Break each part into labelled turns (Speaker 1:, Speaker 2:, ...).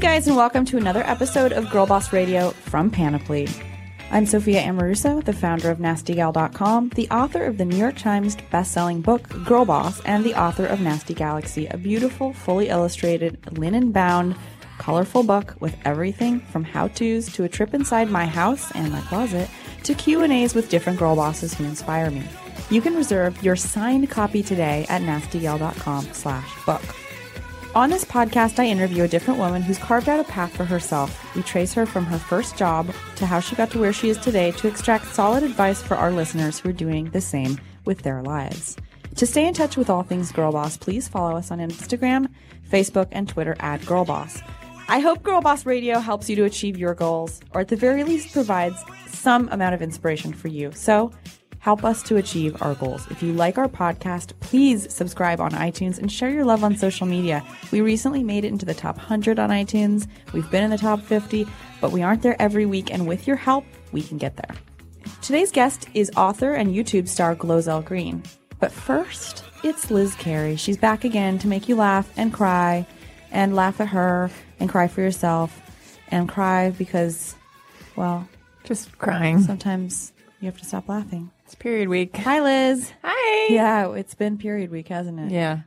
Speaker 1: guys, and welcome to another episode of Girl Boss Radio from Panoply. I'm Sophia Amoruso, the founder of NastyGal.com, the author of the New York Times best-selling book Girl Boss, and the author of Nasty Galaxy, a beautiful, fully illustrated, linen-bound, colorful book with everything from how-tos to a trip inside my house and my closet to Q&As with different girl bosses who inspire me. You can reserve your signed copy today at nastygal.com slash book. On this podcast, I interview a different woman who's carved out a path for herself. We trace her from her first job to how she got to where she is today to extract solid advice for our listeners who are doing the same with their lives. To stay in touch with all things Girl Boss, please follow us on Instagram, Facebook, and Twitter at Girl Boss. I hope Girl Boss Radio helps you to achieve your goals, or at the very least provides some amount of inspiration for you. So help us to achieve our goals. If you like our podcast, please subscribe on iTunes and share your love on social media. We recently made it into the top 100 on iTunes. We've been in the top 50, but we aren't there every week, and with your help, we can get there. Today's guest is author and YouTube star Glozell Green. But first, it's Liz Carey. She's back again to make you laugh and cry and laugh at her and cry for yourself and cry because, well,
Speaker 2: Just crying.
Speaker 1: sometimes you have to stop laughing.
Speaker 2: It's period week.
Speaker 1: Hi, Liz.
Speaker 2: Hi.
Speaker 1: Yeah, it's been period week, hasn't it?
Speaker 2: Yeah.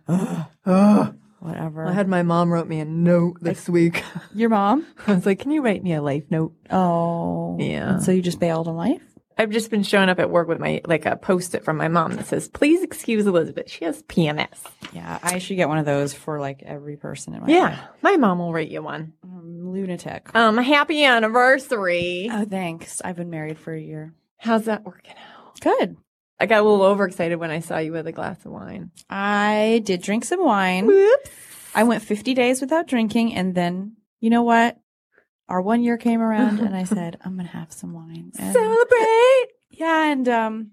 Speaker 1: Whatever.
Speaker 2: I had my mom wrote me a note this week.
Speaker 1: Your mom?
Speaker 2: I was like, "Can you write me a life note?"
Speaker 1: Oh.
Speaker 2: Yeah.
Speaker 1: And so you just bailed on life?
Speaker 2: I've just been showing up at work with my like a post-it from my mom that says, "Please excuse Elizabeth. She has PMS."
Speaker 1: Yeah, I should get one of those for like every person in my life.
Speaker 2: Yeah, my mom will write you one.
Speaker 1: I'm lunatic.
Speaker 2: Um, happy anniversary.
Speaker 1: Oh, thanks. I've been married for a year.
Speaker 2: How's that working out?
Speaker 1: Good.
Speaker 2: I got a little overexcited when I saw you with a glass of wine.
Speaker 1: I did drink some wine.
Speaker 2: Whoops.
Speaker 1: I went 50 days without drinking, and then you know what? Our one year came around, and I said, I'm going to have some wine. And-
Speaker 2: Celebrate.
Speaker 1: yeah and um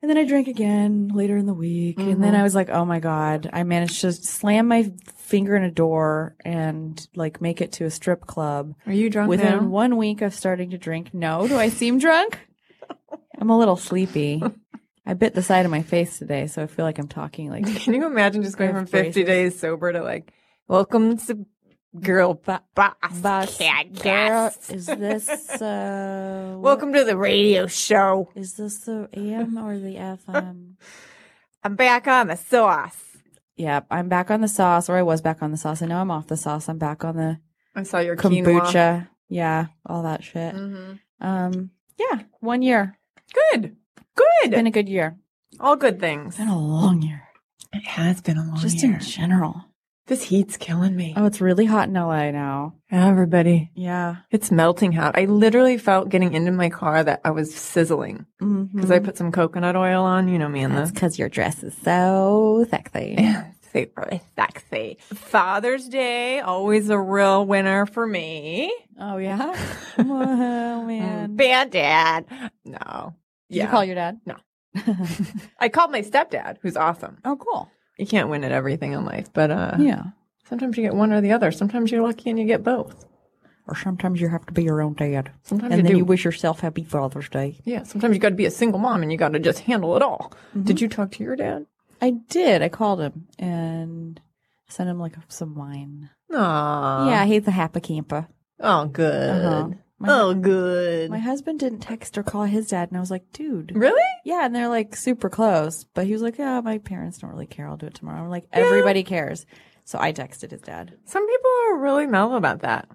Speaker 1: and then i drank again later in the week and then i was like oh my god i managed to slam my finger in a door and like make it to a strip club
Speaker 2: Are you drunk
Speaker 1: within
Speaker 2: now?
Speaker 1: one week of starting to drink no do i seem drunk i'm a little sleepy i bit the side of my face today so i feel like i'm talking like
Speaker 2: Can you imagine just going
Speaker 1: I
Speaker 2: from
Speaker 1: have
Speaker 2: 50 days sober to like, welcome to girl bo- boss,
Speaker 1: Bus girl,
Speaker 2: podcast.
Speaker 1: is this uh what-
Speaker 2: Welcome to the radio show.
Speaker 1: is this the am or the fm
Speaker 2: I'm back on the sauce.
Speaker 1: Yep, I'm back on the sauce, or I was back on the sauce, and now I'm off the sauce. I'm back on the
Speaker 2: I saw your quinoa.
Speaker 1: kombucha. Yeah, all that shit.
Speaker 2: Mhm.
Speaker 1: Um, yeah, one year.
Speaker 2: Good. Good.
Speaker 1: It's been a good year.
Speaker 2: All good things.
Speaker 1: It's been a long year,
Speaker 2: It has been a long
Speaker 1: just in general.
Speaker 2: this heat's killing me.
Speaker 1: Oh, it's really hot in LA now.
Speaker 2: Everybody.
Speaker 1: Yeah.
Speaker 2: It's melting hot. I literally felt getting into my car that I was sizzling because I put some coconut oil on. You know me and
Speaker 1: Mm-hmm. That's
Speaker 2: this.
Speaker 1: because your dress is so sexy.
Speaker 2: Super sexy. Father's Day, always a real winner for me.
Speaker 1: Oh yeah. Whoa, man. Did
Speaker 2: Bad dad. No.
Speaker 1: you call your dad?
Speaker 2: No.
Speaker 1: oh,
Speaker 2: I called my stepdad, who's awesome.
Speaker 1: cool.
Speaker 2: You can't win at everything in life, but uh,
Speaker 1: Yeah.
Speaker 2: sometimes you get one or the other. Sometimes you're lucky and you get both.
Speaker 1: Or sometimes you have to be your own dad,
Speaker 2: Sometimes
Speaker 1: and
Speaker 2: you
Speaker 1: then
Speaker 2: do.
Speaker 1: you wish yourself happy Father's Day.
Speaker 2: yeah, sometimes you got to be a single mom and you got to just handle it all.
Speaker 1: Mm-hmm.
Speaker 2: Did you talk to your dad?
Speaker 1: I did. I called him and sent him like some wine.
Speaker 2: Aw.
Speaker 1: yeah, he's a happy camper.
Speaker 2: Oh, good.
Speaker 1: Uh-huh. My-
Speaker 2: oh, good.
Speaker 1: My husband didn't text or call his dad, and I was like, dude.
Speaker 2: really?
Speaker 1: Yeah, and they're like super close, but he was like, yeah, my parents don't really care. I'll do it tomorrow. I'm like, everybody cares. So I texted his dad.
Speaker 2: Some people are really mellow about that.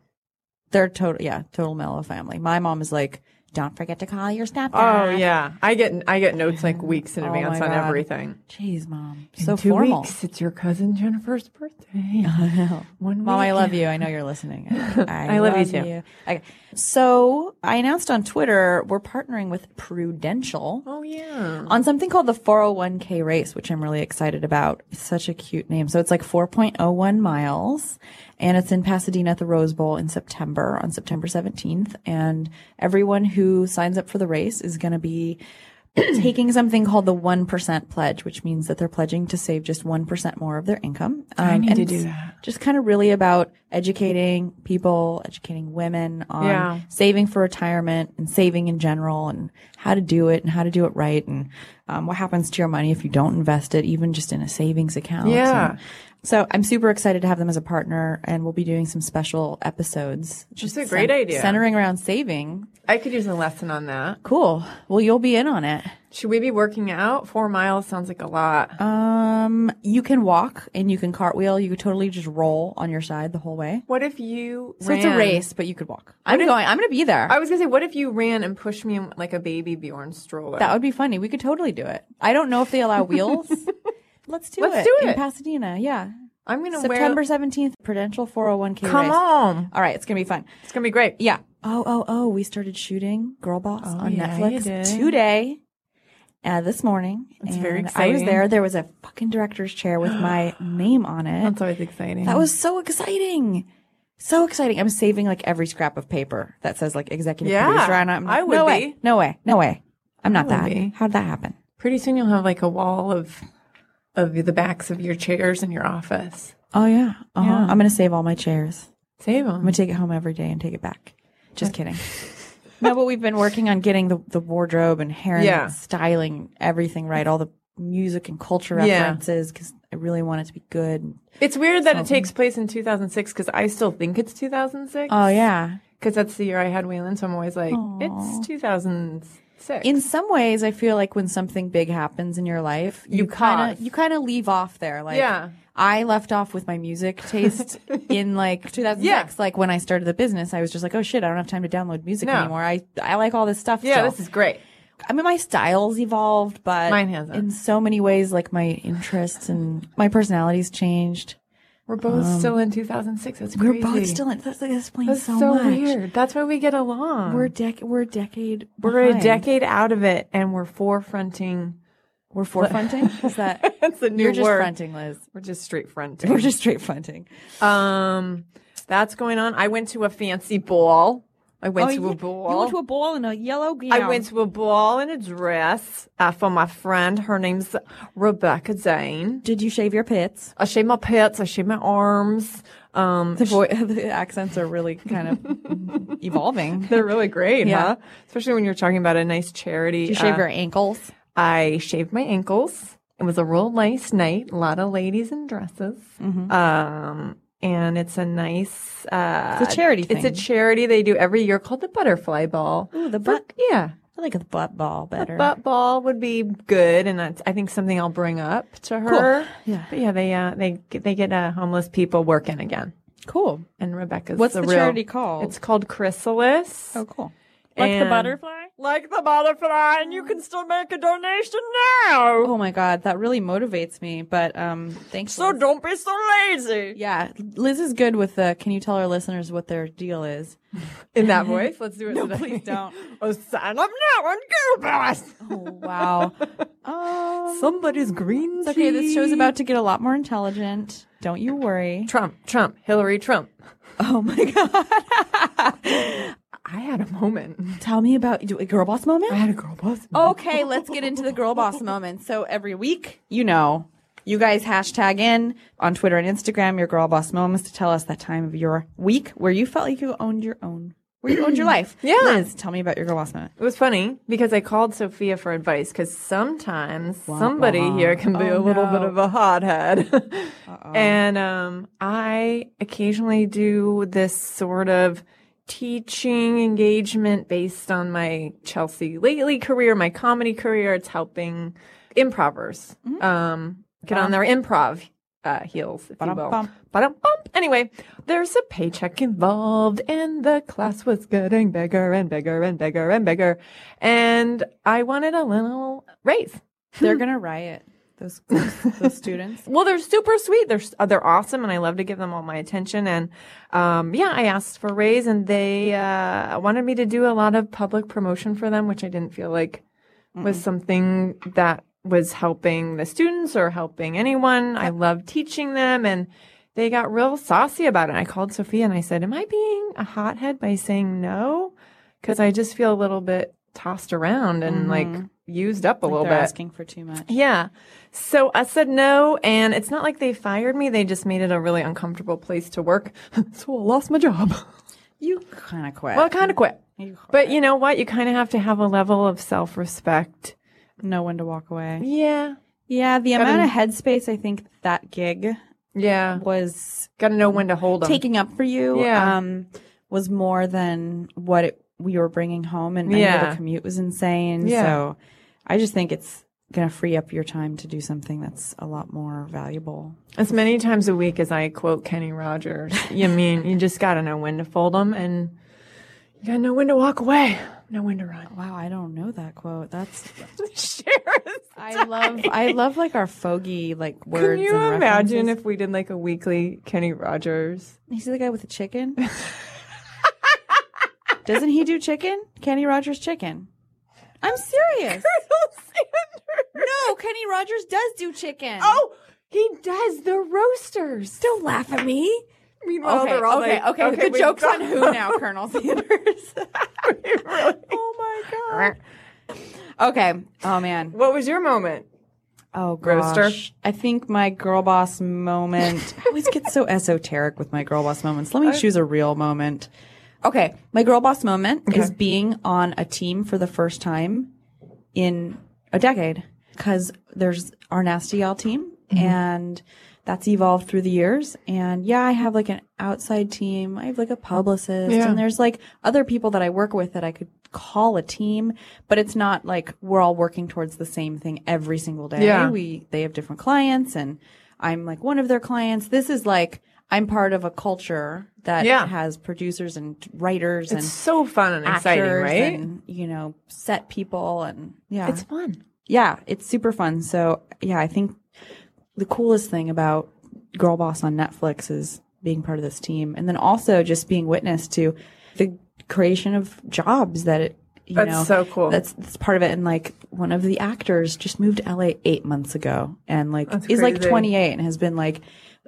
Speaker 1: They're total, yeah, total mellow family. My mom is like, don't forget to call your stepdad.
Speaker 2: Oh yeah, I get I get notes like weeks in
Speaker 1: Oh,
Speaker 2: advance
Speaker 1: my
Speaker 2: on
Speaker 1: God.
Speaker 2: everything.
Speaker 1: Jeez, mom.
Speaker 2: In
Speaker 1: so
Speaker 2: two
Speaker 1: formal.
Speaker 2: weeks, it's your cousin Jennifer's birthday. One
Speaker 1: Mom, I
Speaker 2: week.
Speaker 1: love you. I know you're listening. I,
Speaker 2: I love you too.
Speaker 1: Okay. So I announced on Twitter we're partnering with Prudential
Speaker 2: Oh yeah.
Speaker 1: on something called the 401k race, which I'm really excited about. It's such a cute name. So it's like 4.01 miles and it's in Pasadena at the Rose Bowl in September on September 17th. And everyone who signs up for the race is going to be taking something called the 1% pledge, which means that they're pledging to save just 1% more of their income. Um,
Speaker 2: need
Speaker 1: and
Speaker 2: to do
Speaker 1: it's
Speaker 2: that.
Speaker 1: Just kind of really about educating people, educating women on
Speaker 2: Yeah.
Speaker 1: saving for retirement and saving in general and how to do it and how to do it right and um, what happens to your money if you don't invest it, even just in a savings account.
Speaker 2: Yeah.
Speaker 1: And so I'm super excited to have them as a partner and we'll be doing some special episodes. Just
Speaker 2: a great idea.
Speaker 1: Centering around saving.
Speaker 2: I could use a lesson on that.
Speaker 1: Cool. Well, you'll be in on it.
Speaker 2: Should we be working out? Four miles sounds like a lot.
Speaker 1: Um, you can walk and you can cartwheel. You could totally just roll on your side the whole way.
Speaker 2: what if you
Speaker 1: So it's a
Speaker 2: ran-
Speaker 1: race, but you could walk. I'm going. I'm going to be there.
Speaker 2: I was gonna say, what if you ran and pushed me in like a baby Bjorn stroller?
Speaker 1: that would be funny. We could totally do it. I don't know if they allow wheels. Let's do
Speaker 2: Let's
Speaker 1: it.
Speaker 2: do
Speaker 1: in
Speaker 2: it.
Speaker 1: Pasadena. Yeah,
Speaker 2: I'm gonna
Speaker 1: September
Speaker 2: wear.
Speaker 1: 17th, Prudential 401k.
Speaker 2: Come
Speaker 1: race.
Speaker 2: on,
Speaker 1: All right, it's going to be fun.
Speaker 2: it's gonna be great.
Speaker 1: Yeah. Oh, oh, oh, we started shooting Girl Boss on
Speaker 2: Oh, yeah, you did.
Speaker 1: Netflix today. Uh, this morning. It's
Speaker 2: very
Speaker 1: I was
Speaker 2: exciting.
Speaker 1: there. There was a fucking director's chair with my name on it.
Speaker 2: That's always exciting.
Speaker 1: That was so exciting. So exciting. I'm saving like every scrap of paper that says like executive
Speaker 2: Yeah,
Speaker 1: producer on it. I'm-
Speaker 2: I would
Speaker 1: no
Speaker 2: be.
Speaker 1: way. No way. No way. I'm not
Speaker 2: I
Speaker 1: that.
Speaker 2: would be.
Speaker 1: How'd that happen?
Speaker 2: pretty soon. You'll have like a wall of of the backs of your chairs in your office.
Speaker 1: Oh yeah. Uh-huh.
Speaker 2: Yeah.
Speaker 1: I'm going to save all my chairs.
Speaker 2: Save
Speaker 1: I'm
Speaker 2: them.
Speaker 1: going to take it home every day and take it back. Just kidding. no, but we've been working on getting the, the wardrobe and hair and
Speaker 2: Yeah.
Speaker 1: styling everything right. All the music and culture
Speaker 2: Yeah.
Speaker 1: references because I really want it to be good.
Speaker 2: It's weird that it takes place in 2006 because I still think it's 2006.
Speaker 1: Oh yeah.
Speaker 2: because that's the year I had Waylon. So I'm always like, it's 2006.
Speaker 1: in some ways i feel like when something big happens in your life you,
Speaker 2: You
Speaker 1: kind
Speaker 2: pause.
Speaker 1: of you kind of leave off there like
Speaker 2: Yeah.
Speaker 1: i left off with my music taste in like 2006
Speaker 2: Yeah.
Speaker 1: like when i started the business i was just like oh shit i don't have time to download music
Speaker 2: No.
Speaker 1: anymore i i like all this stuff
Speaker 2: yeah,
Speaker 1: still.
Speaker 2: this is great.
Speaker 1: i mean my style's evolved but
Speaker 2: Mine hasn't.
Speaker 1: in so many ways like my interests and my personality's changed
Speaker 2: We're both still in 2006. That's
Speaker 1: um, we're
Speaker 2: crazy.
Speaker 1: both still in that's like explains
Speaker 2: That's so,
Speaker 1: much
Speaker 2: weird. That's why we get along.
Speaker 1: we're a dec- we're a decade
Speaker 2: We're a
Speaker 1: behind.
Speaker 2: decade out of it, and we're forefronting.
Speaker 1: we're forefronting is that
Speaker 2: That's a new
Speaker 1: you're just
Speaker 2: word.
Speaker 1: fronting liz
Speaker 2: We're just straight
Speaker 1: we're
Speaker 2: fronting.
Speaker 1: just straight fronting
Speaker 2: um, that's going on. I went to a fancy ball. I went to
Speaker 1: yeah.
Speaker 2: a ball.
Speaker 1: Oh, You went to a ball in a yellow gown.
Speaker 2: I went to a ball in a dress uh, for my friend. Her name's Rebecca Dane.
Speaker 1: Did you shave your pits?
Speaker 2: I shave my pits. I shave my arms. Um,
Speaker 1: The, vo- the accents are really kind of evolving.
Speaker 2: they're really great,
Speaker 1: Yeah.
Speaker 2: huh? Especially when you're talking about a nice charity.
Speaker 1: You shave
Speaker 2: Uh,
Speaker 1: your ankles.
Speaker 2: I shaved my ankles. It was a real nice night. A lot of ladies in dresses. Um, and it's a nice. Uh,
Speaker 1: It's a charity
Speaker 2: It's a
Speaker 1: thing.
Speaker 2: charity they do every year called the Butterfly Ball.
Speaker 1: Ooh, the
Speaker 2: For-
Speaker 1: butt.
Speaker 2: yeah.
Speaker 1: I like the butt ball better.
Speaker 2: Butt ball would be good, and that's, I think something I'll bring up to her.
Speaker 1: Yeah.
Speaker 2: but yeah, they uh, they get- they get uh, homeless people working again,
Speaker 1: Cool.
Speaker 2: and Rebecca's
Speaker 1: What's the,
Speaker 2: real,
Speaker 1: charity called?
Speaker 2: It's called Chrysalis.
Speaker 1: oh, cool.
Speaker 2: And- Like the butterfly, and you can still make a donation now.
Speaker 1: Oh my god, that really motivates me. But um, thanks. Liz.
Speaker 2: don't be so lazy.
Speaker 1: yeah, Liz is good with the. Can you tell our listeners what their deal is?
Speaker 2: In that voice, let's do it.
Speaker 1: No,
Speaker 2: today.
Speaker 1: please don't.
Speaker 2: oh, sign up now on Google Plus.
Speaker 1: Oh wow. um,
Speaker 2: Somebody's green.
Speaker 1: it's okay, this show's
Speaker 2: tea.
Speaker 1: about to get a lot more intelligent. Don't you worry.
Speaker 2: Trump, Trump, Hillary, Trump.
Speaker 1: Oh my god.
Speaker 2: I had a moment.
Speaker 1: Tell me about do a girl boss
Speaker 2: I
Speaker 1: moment.
Speaker 2: had a girl boss.
Speaker 1: Okay, let's get into the girl boss moment. So every week, you know, you guys hashtag in on Twitter and Instagram your girl boss moments to tell us that time of your week where you felt like you owned your own, where you owned your life.
Speaker 2: Yeah.
Speaker 1: Liz, tell me about your girl boss moment.
Speaker 2: It was funny because I called Sophia for advice because sometimes somebody here can be
Speaker 1: Oh,
Speaker 2: a little bit
Speaker 1: no.
Speaker 2: of a hothead. and um, I occasionally do this sort of teaching engagement based on my Chelsea Lately career, my comedy career. It's helping improvers
Speaker 1: Mm-hmm.
Speaker 2: um, get on their improv uh, heels, if you will.
Speaker 1: Ba-dum-bum.
Speaker 2: But bump. Anyway, there's a paycheck involved, and the class was getting bigger and bigger and bigger and bigger. And I wanted a little raise.
Speaker 1: They're gonna riot those those students.
Speaker 2: Well, they're super sweet. They're s- uh, they're awesome, and I love to give them all my attention. And um, yeah, I asked for a raise, and they uh, wanted me to do a lot of public promotion for them, which I didn't feel like was something that was helping the students or helping anyone. I love teaching them, and they got real saucy about it. I called Sophia and I said, "Am I being a hothead by saying no? Because I just feel a little bit tossed around and like used up a little
Speaker 1: They're
Speaker 2: bit.
Speaker 1: asking for too much.
Speaker 2: Yeah. So I said no, and it's not like they fired me. They just made it a really uncomfortable place to work. so I lost my job.
Speaker 1: You kind of quit.
Speaker 2: well, I kind of quit.
Speaker 1: You
Speaker 2: But you know what? You kind of have to have a level of self respect.
Speaker 1: know when to walk away.
Speaker 2: Yeah.
Speaker 1: Yeah, the amount of headspace I think that gig
Speaker 2: Yeah.
Speaker 1: was
Speaker 2: Got to know when to hold them.
Speaker 1: taking up for you
Speaker 2: Yeah.
Speaker 1: um, was more than what it, we were bringing home, and I know
Speaker 2: Yeah.
Speaker 1: the commute was insane.
Speaker 2: Yeah.
Speaker 1: So I just think it's going to free up your time to do something that's a lot more valuable.
Speaker 2: as many times a week as I quote Kenny Rogers. You mean you just got to know when to fold them and you got to know when to walk away, know when to run.
Speaker 1: Wow, I don't know that quote. That's
Speaker 2: Sharon's
Speaker 1: I love I love like our fogey like words.
Speaker 2: Can you
Speaker 1: and
Speaker 2: imagine
Speaker 1: references.
Speaker 2: if we did like a weekly Kenny Rogers?
Speaker 1: he's the guy with the chicken? Doesn't he do chicken? Kenny Rogers chicken. I'm serious. No, Kenny Rogers does do chicken.
Speaker 2: Oh, he does the roasters.
Speaker 1: don't laugh at me.
Speaker 2: Meanwhile,
Speaker 1: Okay,
Speaker 2: they're all
Speaker 1: okay,
Speaker 2: like,
Speaker 1: okay, The
Speaker 2: we-
Speaker 1: joke's on who now, Colonel Sanders?
Speaker 2: Really?
Speaker 1: oh my god. Okay. Oh man.
Speaker 2: What was your moment?
Speaker 1: Oh gosh.
Speaker 2: Roaster.
Speaker 1: I think my girl boss moment. I always get so esoteric with my girl boss moments. Let me choose a real moment. Okay, my girl boss moment is being on a team for the first time in a decade because there's our nasty gal team
Speaker 2: Mm-hmm.
Speaker 1: and that's evolved through the years and yeah i have like an outside team i have like a publicist
Speaker 2: Yeah.
Speaker 1: and there's like other people that i work with that i could call a team but it's not like we're all working towards the same thing every single day
Speaker 2: Yeah.
Speaker 1: we they have different clients and i'm like one of their clients this is like i'm part of a culture that
Speaker 2: Yeah.
Speaker 1: has producers and writers and
Speaker 2: So fun and exciting,
Speaker 1: actors
Speaker 2: right?
Speaker 1: and you know set people and yeah
Speaker 2: fun.
Speaker 1: yeah, it's super fun. So yeah, I think the coolest thing about Girl Boss on Netflix is being part of this team, and then also just being witness to the creation of jobs that it. You
Speaker 2: That's
Speaker 1: know,
Speaker 2: so cool.
Speaker 1: That's that's part of it. And like one of the actors just moved to LA eight months ago, and like
Speaker 2: That's
Speaker 1: is like
Speaker 2: crazy.
Speaker 1: 28 and has been like,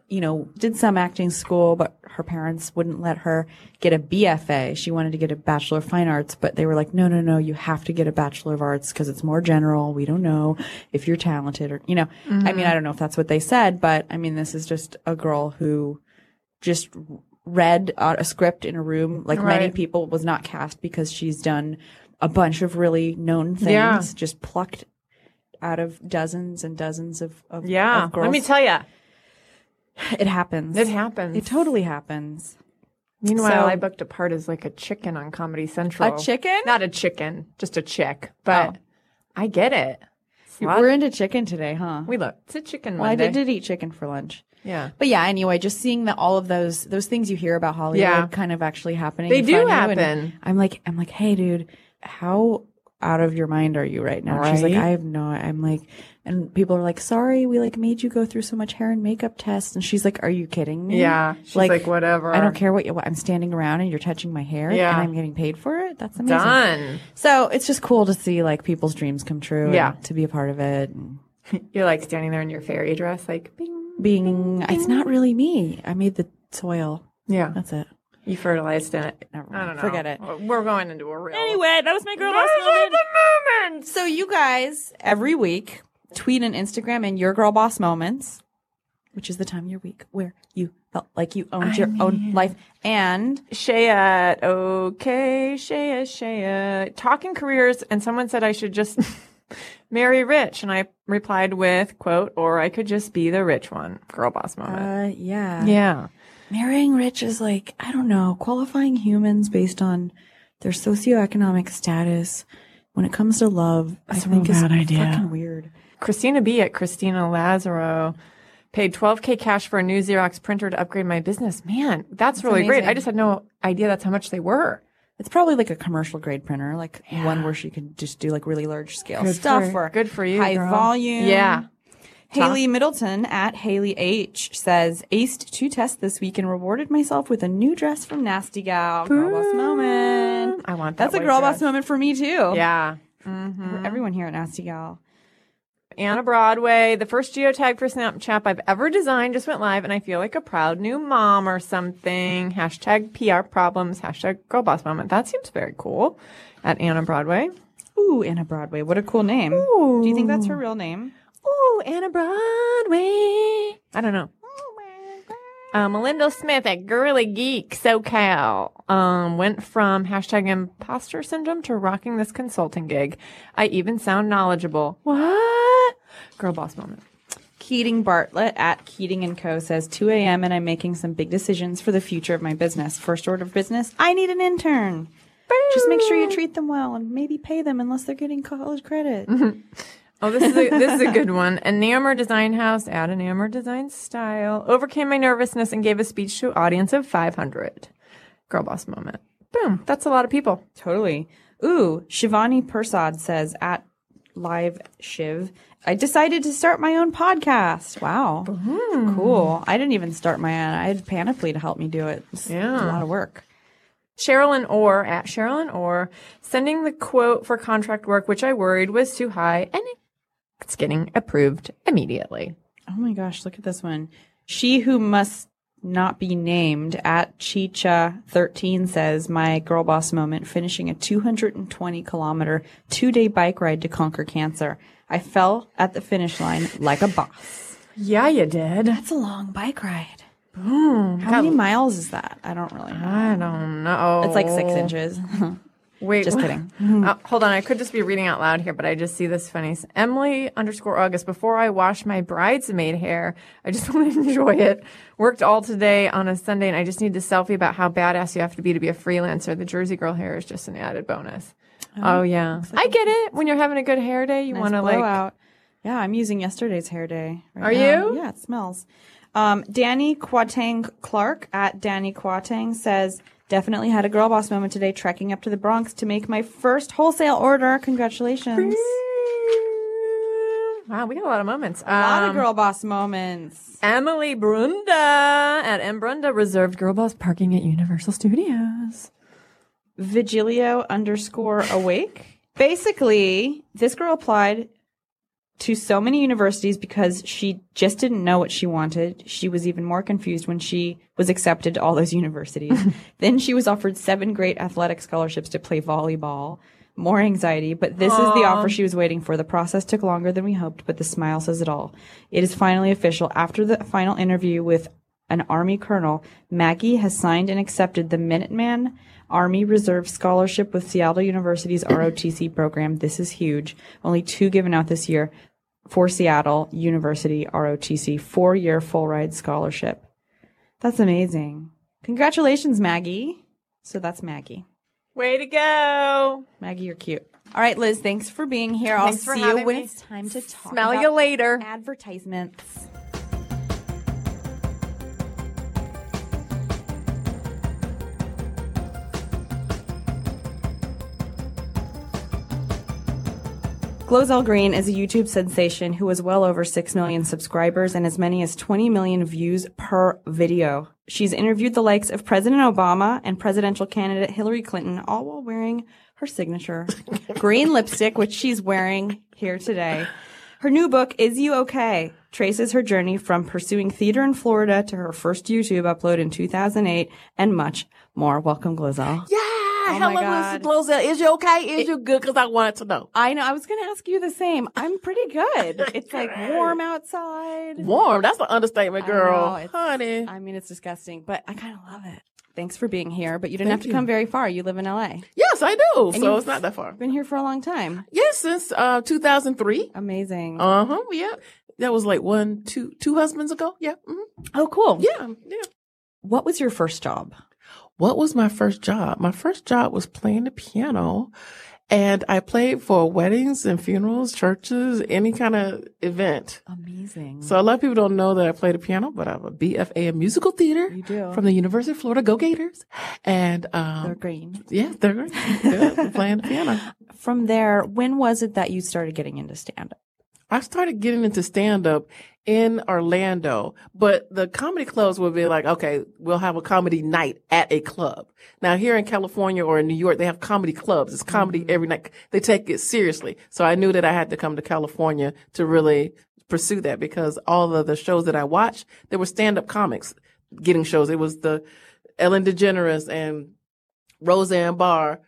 Speaker 1: you know, did some acting school, but her parents wouldn't let her get a BFA. She wanted to get a Bachelor of Fine Arts, but they were like, no, no, no, you have to get a Bachelor of Arts because it's more general. We don't know if you're talented or, you know, I
Speaker 2: Mm-hmm.
Speaker 1: mean, I don't know if that's what they said, but I mean, this is just a girl who just read a a script in a room like many
Speaker 2: Right.
Speaker 1: people was not cast because she's done a bunch of really known things
Speaker 2: Yeah.
Speaker 1: just plucked out of dozens and dozens of, of
Speaker 2: Yeah.
Speaker 1: of girls.
Speaker 2: Let me tell you,
Speaker 1: it happens
Speaker 2: it happens.
Speaker 1: it totally happens
Speaker 2: Meanwhile,
Speaker 1: So-
Speaker 2: I booked a part as like a chicken on Comedy Central.
Speaker 1: A chicken?
Speaker 2: Not a chicken, just a chick. But I get it. It's a lot-
Speaker 1: we're into chicken today huh
Speaker 2: we look. It's a chicken
Speaker 1: well, I
Speaker 2: Monday.
Speaker 1: did, did eat chicken for lunch
Speaker 2: Yeah.
Speaker 1: but yeah anyway just seeing that all of those those things you hear about Hollywood
Speaker 2: Yeah.
Speaker 1: kind of actually happening
Speaker 2: They
Speaker 1: in
Speaker 2: do
Speaker 1: front of you, and
Speaker 2: happen.
Speaker 1: I'm like I'm like hey dude how out of your mind are you right now she's like
Speaker 2: Right.
Speaker 1: I have no I'm like and people are like sorry we like made you go through so much hair and makeup tests and she's like are you kidding me
Speaker 2: Yeah. She's like, whatever.
Speaker 1: I don't care what you what, I'm standing around and you're touching my hair
Speaker 2: Yeah.
Speaker 1: and I'm getting paid for it. That's amazing.
Speaker 2: Done.
Speaker 1: So it's just cool to see like people's dreams come true.
Speaker 2: Yeah.
Speaker 1: And to be a part of it. And
Speaker 2: You're like standing there in your fairy dress, like, bing.
Speaker 1: being, it's not really me. I made the soil.
Speaker 2: Yeah.
Speaker 1: That's it.
Speaker 2: You fertilized it.
Speaker 1: Never mind.
Speaker 2: I don't know.
Speaker 1: Forget it.
Speaker 2: We're going into a real.
Speaker 1: that was my girl
Speaker 2: Those are the moments.
Speaker 1: So you guys every week tweet and Instagram and your girl boss moments, which is the time of your week where you felt like you owned your own life and
Speaker 2: Shaya, okay, Shaya, Shaya. Talking careers, and someone said I should just marry rich, and I replied with, quote, or I could just be the rich one. Girl boss moment.
Speaker 1: uh, yeah.
Speaker 2: yeah.
Speaker 1: Marrying rich is like, I don't know, qualifying humans based on their socioeconomic status when it comes to love. I think is fucking weird.
Speaker 2: Christina B at Christina Lazaro paid 12K cash for a new Xerox printer to upgrade my business. Man, that's, really great.
Speaker 1: amazing.
Speaker 2: I just had no idea that's how much they were.
Speaker 1: It's probably like a commercial grade printer, like one where she could just do like really large scale stuff
Speaker 2: for-
Speaker 1: or
Speaker 2: good for you,
Speaker 1: high
Speaker 2: girl.
Speaker 1: volume.
Speaker 2: Yeah.
Speaker 1: Haley Middleton at Haley H says, aced two tests this week and rewarded myself with a new dress from Nasty Gal. Girl boss moment.
Speaker 2: I want that.
Speaker 1: That's a
Speaker 2: white
Speaker 1: girl
Speaker 2: dress.
Speaker 1: boss moment for me too.
Speaker 2: Yeah.
Speaker 1: For everyone here at Nasty Gal.
Speaker 2: Anna Broadway, the first geotag for Snapchat I've ever designed just went live, and I feel like a proud new mom or something. Hashtag PR problems, hashtag girl boss moment. That seems very cool at Anna Broadway.
Speaker 1: Ooh, Anna Broadway. What a cool name. Do you think that's her real name?
Speaker 2: Ooh, Anna Broadway. I don't know. Um, Melinda Smith at Girly Geek SoCal um, went from hashtag imposter syndrome to rocking this consulting gig. I even sound knowledgeable. What? Girl boss moment.
Speaker 1: Keating Bartlett at Keating and Co says 2 a.m. and I'm making some big decisions for the future of my business. First order of business, I need an intern. Just make sure you treat them well and maybe pay them unless they're getting college credit.
Speaker 2: Oh, this is a, this is a good one. Enamor Design House at Enamor Design Style overcame my nervousness and gave a speech to an audience of 500. Girl boss moment. Boom. That's a lot of people.
Speaker 1: Totally. Ooh, Shivani Persad says at Live Shiv, I decided to start my own podcast. Wow. Cool. I didn't even start my own. I had Panoply to help me do it. It's
Speaker 2: Yeah.
Speaker 1: a lot of work.
Speaker 2: Sherilyn Orr at Sherilyn Orr sending the quote for contract work, which I worried was too high, and it's getting approved immediately.
Speaker 1: Oh my gosh, look at this one. She who must not be named at Chicha13 says, My girl boss moment finishing a 220 kilometer, two day bike ride to conquer cancer. I fell at the finish line like a boss.
Speaker 2: Yeah, you did.
Speaker 1: That's a long bike ride. Boom. How many miles is that? I don't really know.
Speaker 2: I don't know.
Speaker 1: It's like
Speaker 2: Oh.
Speaker 1: six inches.
Speaker 2: Wait,
Speaker 1: Just
Speaker 2: what?
Speaker 1: kidding.
Speaker 2: Uh, hold on, I could just be reading out loud here, but I just see this funny. s- Emily underscore August. Before I wash my bridesmaid hair, I just want to enjoy it. Worked all today on a Sunday, and I just need to selfie about how badass you have to be to be a freelancer. The Jersey girl hair is just an added bonus. Oh, yeah, I get it. When you're having a good hair day, you want to like.
Speaker 1: blowout. Yeah, I'm using yesterday's hair day. right
Speaker 2: Are
Speaker 1: now.
Speaker 2: you?
Speaker 1: Yeah, it smells. Um, Danny Quatang Clark at Danny Quatang says, definitely had a girl boss moment today trekking up to the Bronx to make my first wholesale order. Congratulations.
Speaker 2: Wow, we got a lot of moments.
Speaker 1: A lot
Speaker 2: Um,
Speaker 1: of girl boss moments.
Speaker 2: Emily Brunda at M Brunda reserved girl boss parking at Universal Studios.
Speaker 1: Vigilio underscore awake. Basically, this girl applied to so many universities because she just didn't know what she wanted. She was even more confused when she was accepted to all those universities. then she was offered seven great athletic scholarships to play volleyball. More anxiety, but this is the offer she was waiting for. The process took longer than we hoped, but the smile says it all. It is finally official. After the final interview with an Army colonel, Maggie has signed and accepted the Minuteman Army Reserve Scholarship with Seattle University's ROTC program. This is huge. Only two given out this year for Seattle University ROTC four year full ride scholarship. That's amazing. Congratulations, Maggie. So that's Maggie.
Speaker 2: Way to go.
Speaker 1: Maggie, you're cute. All right, Liz, thanks for being here. I'll
Speaker 2: Thanks for
Speaker 1: see you
Speaker 2: having
Speaker 1: when
Speaker 2: me.
Speaker 1: it's time to talk
Speaker 2: Smell
Speaker 1: about
Speaker 2: you later.
Speaker 3: Ah,
Speaker 1: advertisements. Glozell Green is a YouTube sensation who has well over 6 million subscribers and as many as 20 million views per video. She's interviewed the likes of President Obama and presidential candidate Hillary Clinton, all while wearing her signature green lipstick, which she's wearing here today. Her new book, Is You Okay? traces her journey from pursuing theater in Florida to her first YouTube upload in 2008 and much more. Welcome, Glozell.
Speaker 3: Yeah.
Speaker 1: Oh my
Speaker 3: Hello,
Speaker 1: God.
Speaker 3: Lucy Glozell. Is you okay? Is you good? Because I wanted to know.
Speaker 1: I know. I was going to ask you the same. I'm pretty good. It's like warm outside.
Speaker 3: Warm. That's an understatement, girl.
Speaker 1: know, it's-
Speaker 3: Honey.
Speaker 1: I mean, it's disgusting, but I kind of love it. Thanks for being here, but you didn't have to come very far. You live in LA.
Speaker 3: yes, I do.
Speaker 1: you-
Speaker 3: So it's not that far.
Speaker 1: Been here for a long time.
Speaker 3: Yes, since uh, 2003.
Speaker 1: Amazing.
Speaker 3: Uh huh. Yeah. That was like one, two, two husbands ago. Yeah. mhm.
Speaker 1: oh, cool.
Speaker 3: Yeah. Yeah.
Speaker 1: What was your first job?
Speaker 3: What was my first job? My first job was playing the piano. And I played for weddings and funerals, churches, any kind of event.
Speaker 1: Amazing.
Speaker 3: So a lot of people don't know that I play the piano, but I'm a BFA in musical theater
Speaker 1: You do.
Speaker 3: from the University of Florida. Go Gators! And um,
Speaker 1: They're green.
Speaker 3: yeah, they're great. Good. I'm playing the piano.
Speaker 1: From there, when was it that you started getting into stand up?
Speaker 3: I started getting into stand up in Orlando, but the comedy clubs would be like, okay, we'll have a comedy night at a club. Now here in California or in New York, they have comedy clubs. It's comedy every night. They take it seriously. So I knew that I had to come to California to really pursue that because all of the shows that I watched, there were stand up comics getting shows. It was the Ellen DeGeneres and Roseanne Barr,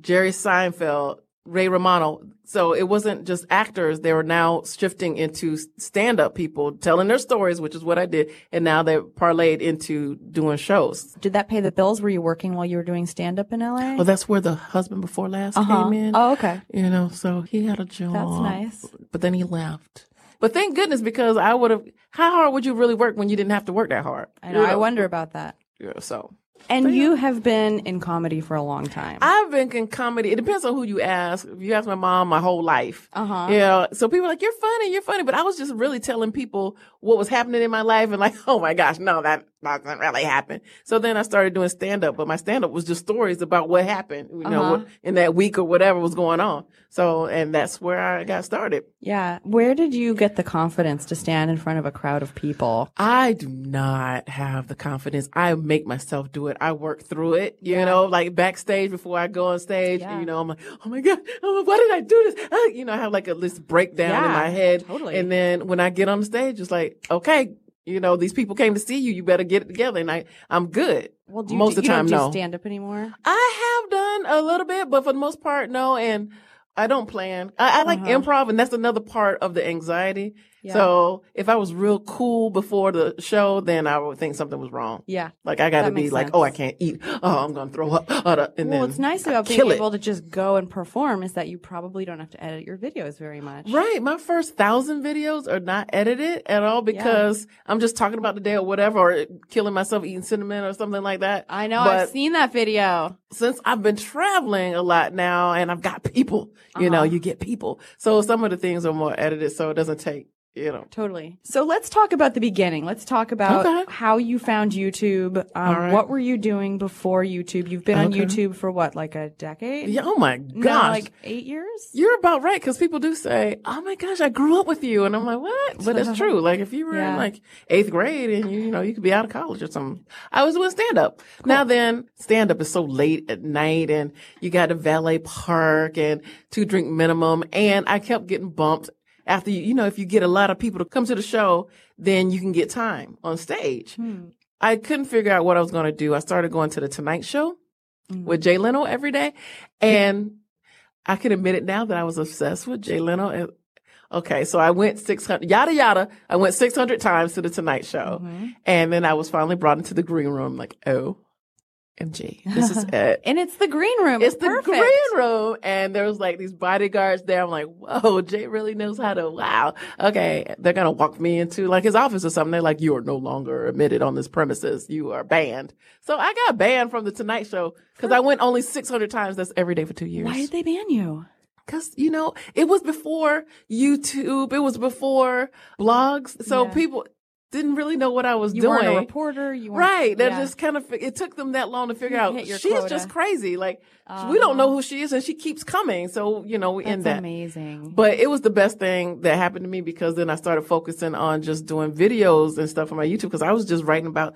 Speaker 3: Jerry Seinfeld, Ray Romano. So it wasn't just actors. They were now shifting into stand up people telling their stories, which is what I did. And now they parlayed into doing shows.
Speaker 1: Did that pay the bills? Were you working while you were doing stand up in LA?
Speaker 3: Well, that's where the husband before last
Speaker 1: Uh-huh.
Speaker 3: Oh, came in.
Speaker 1: Oh, okay.
Speaker 3: You know, so he had a job.
Speaker 1: That's nice.
Speaker 3: But then he left. But thank goodness because I would have, how hard would you really work when you didn't have to work that hard?
Speaker 1: I know.
Speaker 3: You
Speaker 1: I wonder about that.
Speaker 3: Yeah, so.
Speaker 1: And you have been in comedy for a long time.
Speaker 3: I've been in comedy. It depends on who you ask. If you ask my mom, my whole life.
Speaker 1: Uh-huh.
Speaker 3: Yeah. So people are like, you're funny, you're funny. But I was just really telling people what was happening in my life and like, oh my gosh, no, that doesn't really happen. So then I started doing stand up, but my stand up was just stories about what happened, you
Speaker 1: Uh-huh.
Speaker 3: know, what, in that week or whatever was going on. So, and that's where I got started.
Speaker 1: yeah. Where did you get the confidence to stand in front of a crowd of people?
Speaker 3: I do not have the confidence. I make myself do it. I work through it, you know, like backstage before I go on stage.
Speaker 1: Yeah.
Speaker 3: You know, I'm like, oh my God, oh, why did I do this? Ah, you know, I have like a list breakdown in
Speaker 1: Yeah,
Speaker 3: my head.
Speaker 1: totally.
Speaker 3: And then when I get on stage, it's like, okay, you know, these people came to see you. You better get it together. And I, I'm good.
Speaker 1: Well, do you,
Speaker 3: most
Speaker 1: do,
Speaker 3: of the time,
Speaker 1: you don't
Speaker 3: no.
Speaker 1: do stand up anymore?
Speaker 3: I have done a little bit, but for the most part, no. And I don't plan. I, I like
Speaker 1: Uh-huh.
Speaker 3: improv, and that's another part of the anxiety. So if I was real cool before the show, then I would think something was wrong.
Speaker 1: Yeah.
Speaker 3: Like I got to
Speaker 1: That
Speaker 3: be
Speaker 1: makes
Speaker 3: like,
Speaker 1: sense.
Speaker 3: oh, I can't eat. Oh, I'm gonna throw up. Oh, the- and
Speaker 1: Well,
Speaker 3: then
Speaker 1: what's nice
Speaker 3: I
Speaker 1: about being
Speaker 3: kill it.
Speaker 1: able to just go and perform is that you probably don't have to edit your videos very much.
Speaker 3: Right. My first thousand videos are not edited at all because I'm just talking about the day or whatever, or killing myself eating cinnamon or something like that.
Speaker 1: I know.
Speaker 3: But
Speaker 1: I've seen that video.
Speaker 3: since I've been traveling a lot now and I've got people, you
Speaker 1: Uh-huh.
Speaker 3: know, you get people. So some of the things are more edited so it doesn't take, you know.
Speaker 1: Totally. So let's talk about the beginning. Let's talk about
Speaker 3: Okay.
Speaker 1: how you found YouTube. Um,
Speaker 3: right.
Speaker 1: What were you doing before YouTube? You've been on
Speaker 3: Okay.
Speaker 1: YouTube for what, like a decade?
Speaker 3: Yeah, oh my
Speaker 1: No,
Speaker 3: gosh.
Speaker 1: like eight years?
Speaker 3: You're about right because people do say, "Oh my gosh, I grew up with you," and I'm like, "What?" But it's true. Like if you were
Speaker 1: Yeah.
Speaker 3: in like eighth grade and you, you know, you could be out of college or something. I was doing stand up. Now then, stand up is so late at night, and you got to valet park and two drink minimum, and I kept getting bumped. After you, you know, if you get a lot of people to come to the show, then you can get time on stage.
Speaker 1: Hmm.
Speaker 3: I couldn't figure out what I was going to do. I started going to the Tonight Show with Jay Leno every day, and I can admit it now that I was obsessed with Jay Leno. And- Okay, so I went 600, yada yada. I went 600 times to the Tonight Show.
Speaker 1: Mm-hmm.
Speaker 3: And then I was finally brought into the green room, like, oh, MG, this is it.
Speaker 1: And it's the green room.
Speaker 3: It's the
Speaker 1: perfect.
Speaker 3: green room. And there was like these bodyguards there. I'm like, whoa, Jay really knows how to, wow. Okay, they're going to walk me into like his office or something. They're like, you are no longer admitted on this premises. You are banned. So I got banned from the Tonight Show because I went only 600 times. That's every day for two years.
Speaker 1: Why did they ban you?
Speaker 3: Cause you know, it was before YouTube, it was before blogs, so people didn't really know what I was
Speaker 1: You
Speaker 3: doing.
Speaker 1: weren't a reporter. You weren't,
Speaker 3: Right. They're
Speaker 1: yeah.
Speaker 3: just kind of, it took them that long to figure
Speaker 1: You
Speaker 3: out
Speaker 1: hit your
Speaker 3: she's
Speaker 1: quota. Oh.
Speaker 3: just crazy. Like, we don't know who she is and she keeps coming. So, you know, we
Speaker 1: That's
Speaker 3: end that.
Speaker 1: amazing.
Speaker 3: But it was the best thing that happened to me because then I started focusing on just doing videos and stuff on my YouTube because I was just writing about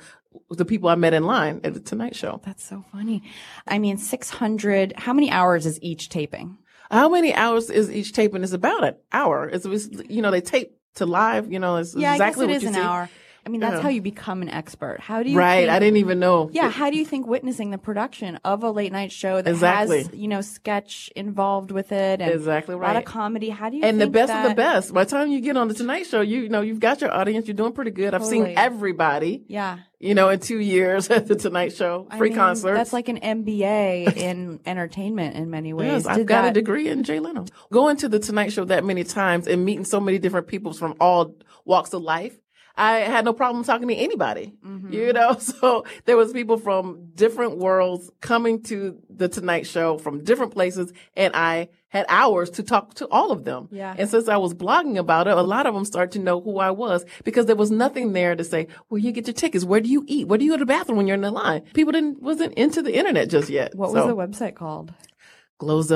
Speaker 3: the people I met in line at the Tonight Show.
Speaker 1: That's so funny. I mean, 600, how many hours is each taping?
Speaker 3: How many hours is each taping? It's about an hour. It's, it's you know they tape to live. You know it's
Speaker 1: Yeah,
Speaker 3: exactly
Speaker 1: I guess
Speaker 3: what
Speaker 1: it
Speaker 3: you
Speaker 1: is an
Speaker 3: see.
Speaker 1: hour. I mean, that's
Speaker 3: Yeah.
Speaker 1: how you become an expert. How do you
Speaker 3: Right.
Speaker 1: think-
Speaker 3: I didn't even know.
Speaker 1: Yeah, how do you think witnessing the production of a late night show that has,
Speaker 3: Exactly.
Speaker 1: you know, sketch involved with it and
Speaker 3: Exactly
Speaker 1: a lot of
Speaker 3: right.
Speaker 1: comedy, how do you
Speaker 3: And the
Speaker 1: think
Speaker 3: best of the
Speaker 1: that-
Speaker 3: best. By the time you get on the Tonight Show, you, you know you've got your audience. You're doing pretty good. I've
Speaker 1: Totally.
Speaker 3: seen everybody.
Speaker 1: Yeah.
Speaker 3: You know, in two years at the Tonight Show,
Speaker 1: I
Speaker 3: free
Speaker 1: mean,
Speaker 3: concerts.
Speaker 1: That's like an MBA in entertainment in many ways.
Speaker 3: Yes, I've
Speaker 1: Did
Speaker 3: got
Speaker 1: that-
Speaker 3: a degree in Jay Leno. Going to the Tonight Show that many times and meeting so many different people from all walks of life, I had no problem talking to anybody.
Speaker 1: Mm-hmm.
Speaker 3: You know, so there was people from different worlds coming to the Tonight Show from different places, and I had hours to talk to all of them.
Speaker 1: Yeah.
Speaker 3: And since I was blogging about it, a lot of them started to know who I was because there was nothing there to say, where you get your tickets, where do you eat, where do you go to the bathroom when you're in the line. People didn't wasn't into the internet just yet.
Speaker 1: What was
Speaker 3: So-
Speaker 1: the website called?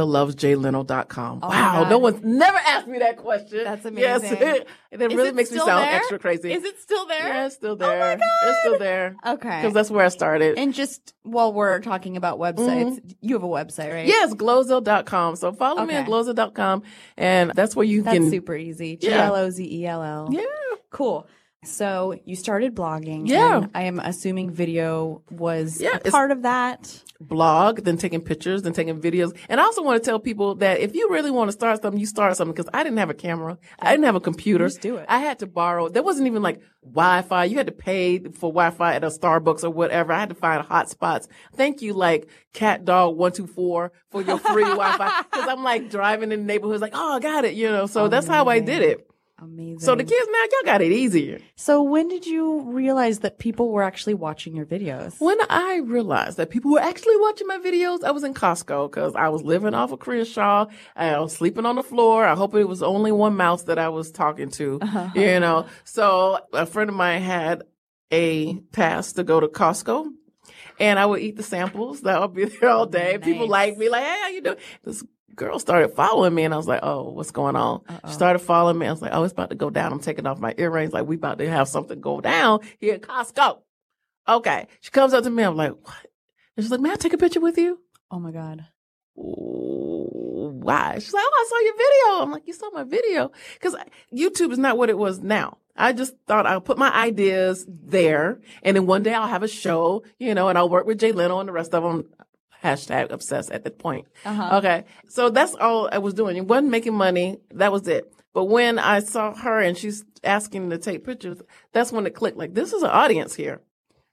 Speaker 3: glowzelllovesjleno.com.
Speaker 1: Oh my
Speaker 3: wow,
Speaker 1: God.
Speaker 3: no one's never asked me that question.
Speaker 1: That's
Speaker 3: Yes,
Speaker 1: amazing.
Speaker 3: it, it really
Speaker 1: it
Speaker 3: makes me
Speaker 1: still
Speaker 3: sound
Speaker 1: there?
Speaker 3: extra crazy.
Speaker 1: Is it still there?
Speaker 3: Yeah, it's still there.
Speaker 1: Oh my God.
Speaker 3: It's still there.
Speaker 1: Okay.
Speaker 3: Because that's where I started.
Speaker 1: And just while we're
Speaker 3: Mm-hmm.
Speaker 1: talking about websites, you have a website, right?
Speaker 3: yes, glowzell.com. So follow me at
Speaker 1: Okay.
Speaker 3: glowzell.com and that's where you
Speaker 1: That's
Speaker 3: can.
Speaker 1: super easy. G
Speaker 3: Yeah.
Speaker 1: L O Z E L L.
Speaker 3: Yeah.
Speaker 1: Cool. So you started blogging.
Speaker 3: Yeah.
Speaker 1: and I am assuming video was
Speaker 3: Yeah,
Speaker 1: a
Speaker 3: it's-
Speaker 1: part of that.
Speaker 3: blog, then taking pictures, then taking videos. And I also want to tell people that if you really want to start something, you start something because I didn't have a camera. I didn't have a computer.
Speaker 1: Just do it.
Speaker 3: I had to borrow. There wasn't even like Wi-Fi. You had to pay for Wi-Fi at a Starbucks or whatever. I had to find hotspots. Thank you, like Cat Dog One Two Four for your free Wi-Fi because I'm like driving in neighborhoods like, oh, I got it, you know. So that's how I did it.
Speaker 1: Amazing.
Speaker 3: So the kids now, y'all got it easier.
Speaker 1: So when did you realize that people were actually watching your videos?
Speaker 3: When I realized that people were actually watching my videos, I was in Costco because I was living off of Crenshaw. I was sleeping on the floor. I hope it was only one mouse that I was talking to, you know. So a friend of mine had a task to go to Costco. And I would eat the samples. That would be there all day. People
Speaker 1: Nice.
Speaker 3: like me, like, hey, how you doing? This girl started following me, and I was like, oh, what's going on? She started following me. I was like, oh, it's about to go down. I'm taking off my earrings. Like, we about to have something go down here at Costco. Okay. She comes up to me. I'm like, what? And she's like, may I take a picture with you?
Speaker 1: Oh my god.
Speaker 3: Ooh, Why? She's like, oh, I saw your video. I'm like, you saw my video? Because YouTube is not what it was now. I just thought I'll put my ideas there. And then one day I'll have a show, you know, and I'll work with Jay Leno and the rest of them. Hashtag obsessed at that point.
Speaker 1: Uh-huh.
Speaker 3: Okay. So that's all I was doing. It wasn't making money. That was it. But when I saw her and she's asking to take pictures, that's when it clicked. Like, this is an audience here.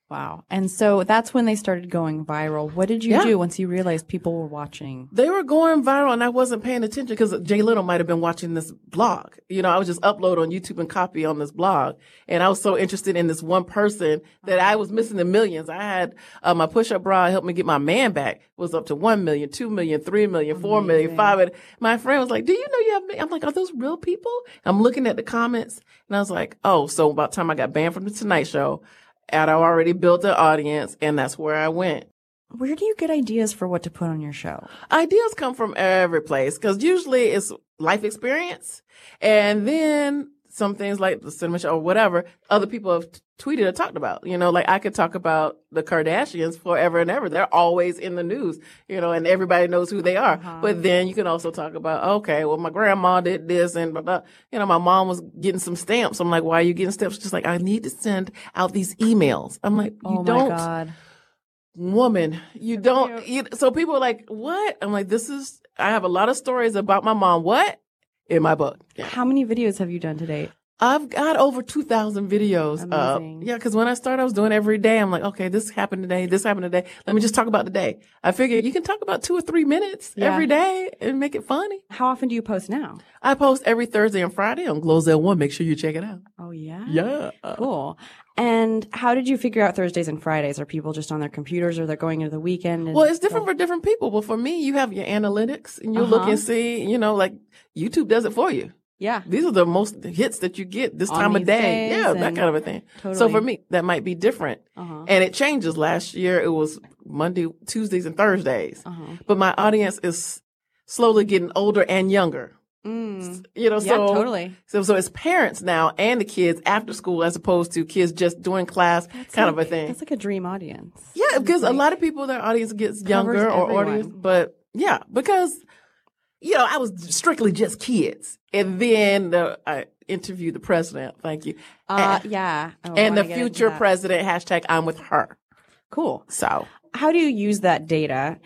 Speaker 1: Wow. And so that's when they started going viral. What did you
Speaker 3: Yeah.
Speaker 1: do once you realized people were watching?
Speaker 3: They were going viral and I wasn't paying attention because Jay Little might have been watching this blog. You know, I was just upload on YouTube and copy on this blog. And I was so interested in this one person that I was missing the millions. I had uh, my push up bra helped me get my man back was up to 1 million, 2 million, 3 million, 4 million, 5 million. My friend was like, do you know you have me? I'm like, are those real people? I'm looking at the comments and I was like, oh, so about time I got banned from the Tonight Show and I already built an audience and that's where I went.
Speaker 1: Where do you get ideas for what to put on your show?
Speaker 3: ideas come from every place because usually it's life experience and then some things like the cinema show or whatever other people have t- tweeted or talked about you know like i could talk about the kardashians forever and ever they're always in the news you know and everybody knows who they are
Speaker 1: Uh-huh.
Speaker 3: but then you can also talk about okay well my grandma did this and blah, blah. you know my mom was getting some stamps i'm like why are you getting stamps she's like i need to send out these emails i'm like you
Speaker 1: oh
Speaker 3: don't
Speaker 1: my god.
Speaker 3: woman you don't you, so people are like what i'm like this is i have a lot of stories about my mom what in my book yeah.
Speaker 1: How many videos have you done to date?
Speaker 3: i've got over 2000 videos up
Speaker 1: Amazing.
Speaker 3: yeah because when i started i was doing every day i'm like okay this happened today this happened today let me just talk about today i figured you can talk about two or three minutes
Speaker 1: Yeah.
Speaker 3: every day and make it funny
Speaker 1: How often do you post now?
Speaker 3: i post every thursday and friday on glozell one make sure you check it out
Speaker 1: Oh yeah.
Speaker 3: yeah
Speaker 1: Cool. And how did you figure out Thursdays and Fridays? Are people just on their computers or they're going into the weekend? And
Speaker 3: Well, it's different for different people. But for me, you have your analytics and you look
Speaker 1: Uh-huh.
Speaker 3: and see, you know, like YouTube does it for you.
Speaker 1: yeah.
Speaker 3: these are the most hits that you get this
Speaker 1: On
Speaker 3: time of
Speaker 1: these
Speaker 3: day.
Speaker 1: days
Speaker 3: Yeah, that
Speaker 1: and-
Speaker 3: kind of a thing. So
Speaker 1: Totally.
Speaker 3: for me, that might be different.
Speaker 1: Uh-huh.
Speaker 3: And it changes. Last year, it was Monday, Tuesdays, and Thursdays.
Speaker 1: Uh-huh.
Speaker 3: But my audience is slowly getting older and younger.
Speaker 1: Mm.
Speaker 3: You know,
Speaker 1: Yeah,
Speaker 3: so
Speaker 1: totally.
Speaker 3: so so it's parents now and the kids after school as opposed to kids just doing class kind of a thing.
Speaker 1: That's like a dream audience.
Speaker 3: Yeah, because a lot of people, their audience gets younger or
Speaker 1: everyone.
Speaker 3: audience, but yeah, because you know, I was strictly just kids, and then uh, I interviewed the president. Thank you,
Speaker 1: Uh,
Speaker 3: and,
Speaker 1: yeah. Oh,
Speaker 3: and
Speaker 1: wanna
Speaker 3: the
Speaker 1: get into
Speaker 3: future
Speaker 1: that.
Speaker 3: president. Hashtag I'm with her.
Speaker 1: Cool.
Speaker 3: So
Speaker 1: How do you use that data?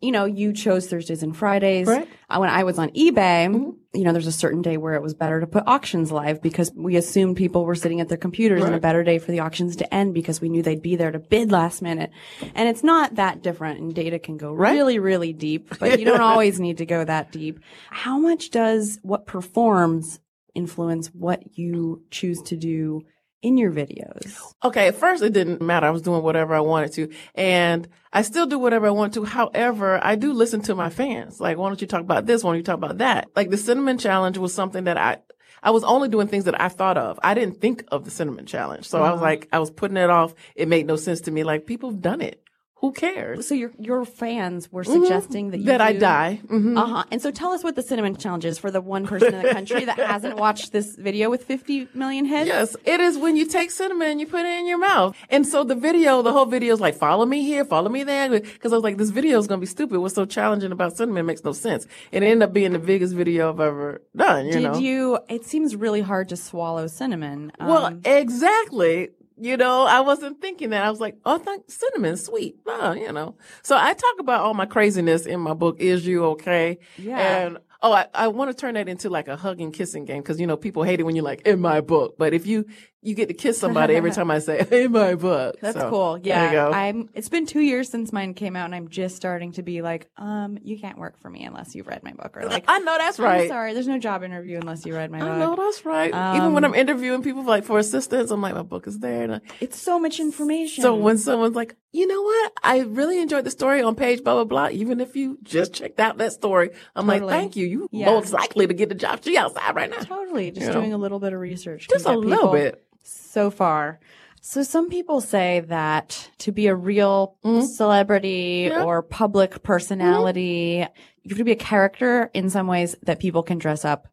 Speaker 1: You know, you chose Thursdays and Fridays.
Speaker 3: Correct. Mm-hmm.
Speaker 1: Uh, When I was on eBay, you know, there's a certain day where it was better to put auctions live because we assumed people were sitting at their computers and a better day for the auctions to end because we knew they'd be there to bid last minute. And it's not that different and data can go really, really deep, but you don't always need to go that deep. How much does what performs influence what you choose to do in your videos?
Speaker 3: okay, at first it didn't matter. I was doing whatever I wanted to, and I still do whatever I want to. However, I do listen to my fans. Like, why don't you talk about this? Why don't you talk about that? Like the cinnamon challenge was something that I. I was only doing things that I thought of. I didn't
Speaker 1: Mm-hmm.
Speaker 3: think of the cinnamon challenge. So I was like, I was putting it off. It made no sense to me. Like people have done it. Who cares?
Speaker 1: So your your fans were suggesting that you
Speaker 3: Mm-hmm. That I
Speaker 1: do-
Speaker 3: die. Mhm.
Speaker 1: Uh huh. And so tell us what the cinnamon challenge is for the one person in the country that hasn't watched this video with 50 million hits.
Speaker 3: Yes, it is when you take cinnamon and you put it in your mouth. And so the video, the whole video is like, follow me here, follow me there. Because I was like, this video is going to be stupid. What's so challenging about cinnamon makes no sense. And it ended up being the biggest video I've ever done, you
Speaker 1: Did
Speaker 3: know?
Speaker 1: you? It seems really hard to swallow cinnamon. Um,
Speaker 3: well, exactly. You know, I wasn't thinking that. I was like, oh, thank cinnamon, sweet. Oh, you know. So I talk about all my craziness in my book, Is You Okay?
Speaker 1: Yeah.
Speaker 3: And oh, I, I want to turn that into like a hug and kissing game because, you know, people hate it when you're like, in my book. But if you, you get to kiss somebody every time I say, in my book.
Speaker 1: that's
Speaker 3: So,
Speaker 1: cool. Yeah,
Speaker 3: There you go.
Speaker 1: I'm. It's been two years since mine came out, and I'm just starting to be like, um, you can't work for me unless you've read my book, or like,
Speaker 3: I know that's
Speaker 1: I'm
Speaker 3: right.
Speaker 1: sorry, there's no job interview unless you read my book.
Speaker 3: I know that's right. Even
Speaker 1: um
Speaker 3: when I'm interviewing people like for assistance, I'm like, my book is there. And I,
Speaker 1: It's so much information.
Speaker 3: So when someone's like, you know what? I really enjoyed the story on page blah, blah, blah. Even if you just checked out that story, I'm like,
Speaker 1: Totally.
Speaker 3: thank you. You
Speaker 1: Yeah.
Speaker 3: most likely to get the job. She outside right now.
Speaker 1: totally just
Speaker 3: you know.
Speaker 1: doing a little bit of research, can
Speaker 3: Just a
Speaker 1: get
Speaker 3: little
Speaker 1: people
Speaker 3: bit.
Speaker 1: so far. So some people say that to be a real celebrity
Speaker 3: Mm-hmm. Yeah. Mm-hmm.
Speaker 1: or public personality, you have to be a character in some ways that people can dress up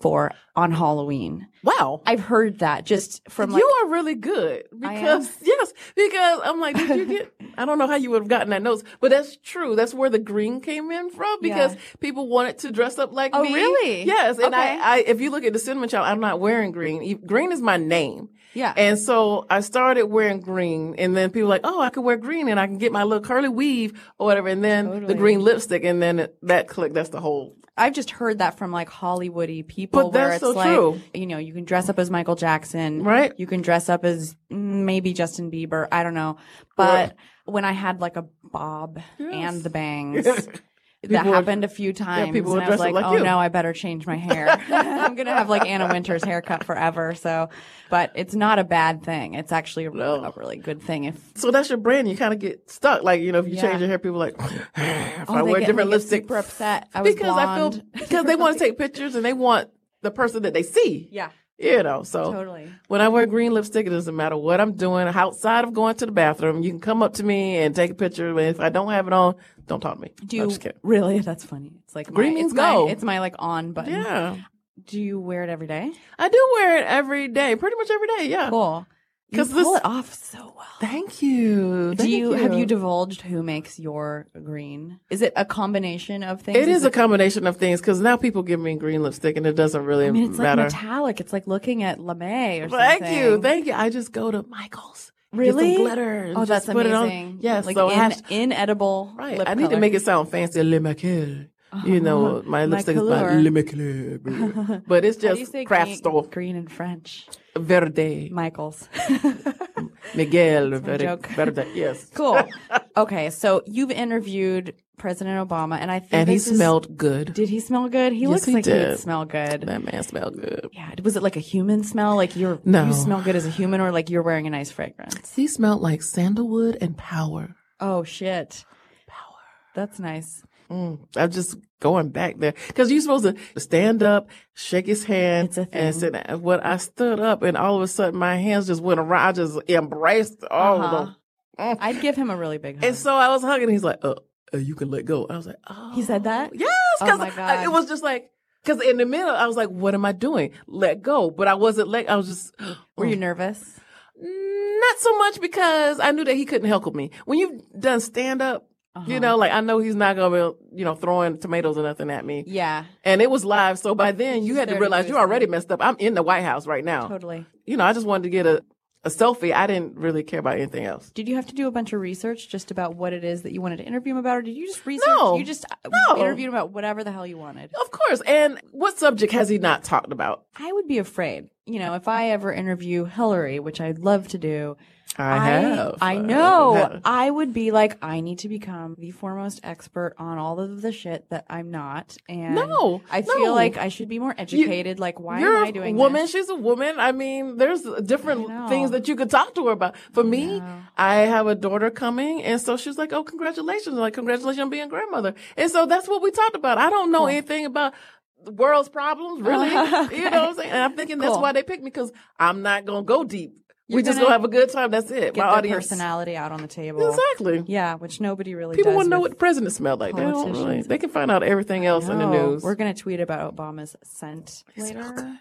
Speaker 1: for on Halloween.
Speaker 3: Wow.
Speaker 1: I've heard that just from like,
Speaker 3: you are really good
Speaker 1: I am?
Speaker 3: because yes, because I'm like, did you get? I don't know how you would have gotten that notes, but that's true. That's where the green came in from because
Speaker 1: Yeah.
Speaker 3: people wanted to dress up like
Speaker 1: Oh,
Speaker 3: me.
Speaker 1: really?
Speaker 3: Yes, and
Speaker 1: Okay.
Speaker 3: I, I, if you look at the cinnamon child, I'm not wearing green. E- Green is my name.
Speaker 1: Yeah.
Speaker 3: and so I started wearing green, and then people were like, oh, I could wear green, and I can get my little curly weave or whatever, and then
Speaker 1: Totally.
Speaker 3: the green lipstick, and then it- that click. That's the whole.
Speaker 1: I've just heard that from like Hollywoody people
Speaker 3: But
Speaker 1: where
Speaker 3: that's
Speaker 1: it's
Speaker 3: so
Speaker 1: like,
Speaker 3: true.
Speaker 1: you know, you can dress up as Michael Jackson.
Speaker 3: Right.
Speaker 1: You can dress up as mm, maybe Justin Bieber. I don't know. But when I had like a bob and the bangs, that
Speaker 3: People were-
Speaker 1: happened a few times.
Speaker 3: people
Speaker 1: and
Speaker 3: were
Speaker 1: I was
Speaker 3: dressed
Speaker 1: like,
Speaker 3: up like
Speaker 1: oh
Speaker 3: you."
Speaker 1: no, I better change my hair. I'm going to have like Anna Winter's haircut forever. So, but it's not a bad thing. It's actually a,
Speaker 3: No.
Speaker 1: a really good thing if
Speaker 3: So that's your brand. You kind of get stuck. Like you know, if you
Speaker 1: Yeah. Oh,
Speaker 3: change your hair, people are like, if I
Speaker 1: they
Speaker 3: wear
Speaker 1: get-
Speaker 3: different
Speaker 1: they get
Speaker 3: lipstick,
Speaker 1: super upset. I was
Speaker 3: because I feel
Speaker 1: blonde.
Speaker 3: because they want to take pictures and they want the person that they see.
Speaker 1: Yeah.
Speaker 3: You know, so
Speaker 1: Totally.
Speaker 3: when I wear green lipstick, it doesn't matter what I'm doing outside of going to the bathroom. You can come up to me and take a picture. But if I don't have it on, don't talk to me.
Speaker 1: Do
Speaker 3: I'm
Speaker 1: you
Speaker 3: just kidding.
Speaker 1: really? That's funny. It's like
Speaker 3: Green
Speaker 1: my,
Speaker 3: means
Speaker 1: it's my-
Speaker 3: go.
Speaker 1: it's my like on button.
Speaker 3: Yeah,
Speaker 1: Do you wear it every day?
Speaker 3: I do wear it every day, pretty much every day. Yeah.
Speaker 1: Cool. You
Speaker 3: 'Cause
Speaker 1: pull
Speaker 3: this-
Speaker 1: it off so well.
Speaker 3: Thank you.
Speaker 1: Do
Speaker 3: Thank
Speaker 1: you, have you divulged who makes your green? Is it a combination of things?
Speaker 3: It is a combination of things because now people give me green lipstick and it doesn't really
Speaker 1: I mean, it's
Speaker 3: matter.
Speaker 1: like metallic. It's like looking at LeMay or something.
Speaker 3: Thank you, thank you. I just go to Michael's.
Speaker 1: Really?
Speaker 3: Get some glitter. and
Speaker 1: oh,
Speaker 3: just
Speaker 1: that's
Speaker 3: put
Speaker 1: amazing.
Speaker 3: It on. Yes.
Speaker 1: like
Speaker 3: so
Speaker 1: in,
Speaker 3: hash-
Speaker 1: inedible.
Speaker 3: right.
Speaker 1: lip
Speaker 3: I need to
Speaker 1: color.
Speaker 3: make it sound fancy. Le maquillage. You know, my lipstick is by
Speaker 1: couleur.
Speaker 3: Le maquillage. But it's
Speaker 1: How do you
Speaker 3: just
Speaker 1: say
Speaker 3: craft
Speaker 1: green,
Speaker 3: store.
Speaker 1: green in French.
Speaker 3: Verde.
Speaker 1: Michaels.
Speaker 3: Miguel. Verde.
Speaker 1: joke.
Speaker 3: Verde. Yes.
Speaker 1: cool. Okay, so you've interviewed President Obama, and I think
Speaker 3: And he
Speaker 1: this is-
Speaker 3: smelled good.
Speaker 1: Did he smell good? He looks
Speaker 3: he
Speaker 1: like he'd
Speaker 3: did.
Speaker 1: smell good.
Speaker 3: that man smelled good.
Speaker 1: Yeah. Was it like a human smell? Like you're
Speaker 3: No.
Speaker 1: you smell good as a human or like you're wearing a nice fragrance?
Speaker 3: He smelled like sandalwood and power.
Speaker 1: Oh shit. That's nice.
Speaker 3: Mm, I'm just going back there because you're supposed to stand up, shake his hand,
Speaker 1: It's a thing.
Speaker 3: and sit. down. When I stood up, and all of a sudden my hands just went around. I just embraced all of
Speaker 1: Uh-huh.
Speaker 3: them,
Speaker 1: I'd give him a really big hug.
Speaker 3: and so I was hugging. He's like, "Uh, uh, you can let go." I was like, "Oh."
Speaker 1: He said that?
Speaker 3: Yes,
Speaker 1: Oh,
Speaker 3: because
Speaker 1: my God.
Speaker 3: it was just like because in the middle I was like, "What am I doing? Let go." But I wasn't let. I was just
Speaker 1: Were you nervous?
Speaker 3: not so much because I knew that he couldn't help me. When you've done stand up,
Speaker 1: Uh-huh.
Speaker 3: you know, like I know he's not gonna be, you know, throwing tomatoes or nothing at me.
Speaker 1: Yeah.
Speaker 3: And it was live, so by then you had
Speaker 1: there
Speaker 3: to
Speaker 1: to
Speaker 3: realize
Speaker 1: do
Speaker 3: you already messed up. I'm in the White House right now.
Speaker 1: Totally.
Speaker 3: You know, I just wanted to get a, a selfie. I didn't really care about anything else.
Speaker 1: Did you have to do a bunch of research just about what it is that you wanted to interview him about, or did you just research?
Speaker 3: No.
Speaker 1: You just uh,
Speaker 3: No.
Speaker 1: interviewed him about whatever the hell you wanted.
Speaker 3: Of course. And what subject has he not talked about?
Speaker 1: I would be afraid. You know, if I ever interview Hillary, which I'd love to do,
Speaker 3: I have.
Speaker 1: I
Speaker 3: Uh,
Speaker 1: know.
Speaker 3: have.
Speaker 1: I would be like, I need to become the foremost expert on all of the shit that I'm not. And
Speaker 3: No,
Speaker 1: I
Speaker 3: no.
Speaker 1: feel like I should be more educated. like, why
Speaker 3: You're
Speaker 1: am I
Speaker 3: a
Speaker 1: doing
Speaker 3: woman.
Speaker 1: this?
Speaker 3: She's a woman. I mean, there's
Speaker 1: know.
Speaker 3: different things that you could talk to her about. For me, I have a daughter coming, and so she's like, "Oh, congratulations! I'm Like, congratulations on being a grandmother." And so that's what we talked about. I don't know anything about the world's problems, really. You know what I'm saying? And I'm thinking that's
Speaker 1: Cool.
Speaker 3: why they picked me because I'm not gonna go deep. we just gonna have a good time. That's it.
Speaker 1: Get
Speaker 3: My
Speaker 1: their
Speaker 3: audience.
Speaker 1: personality out on the table.
Speaker 3: Exactly.
Speaker 1: Yeah, which nobody really
Speaker 3: People
Speaker 1: does.
Speaker 3: want to know
Speaker 1: with-
Speaker 3: what the president smelled like. They don't
Speaker 1: politicians.
Speaker 3: really. They can find out everything else in the
Speaker 1: No,
Speaker 3: news.
Speaker 1: We're gonna tweet about Obama's scent
Speaker 3: Smell
Speaker 1: later.
Speaker 3: good.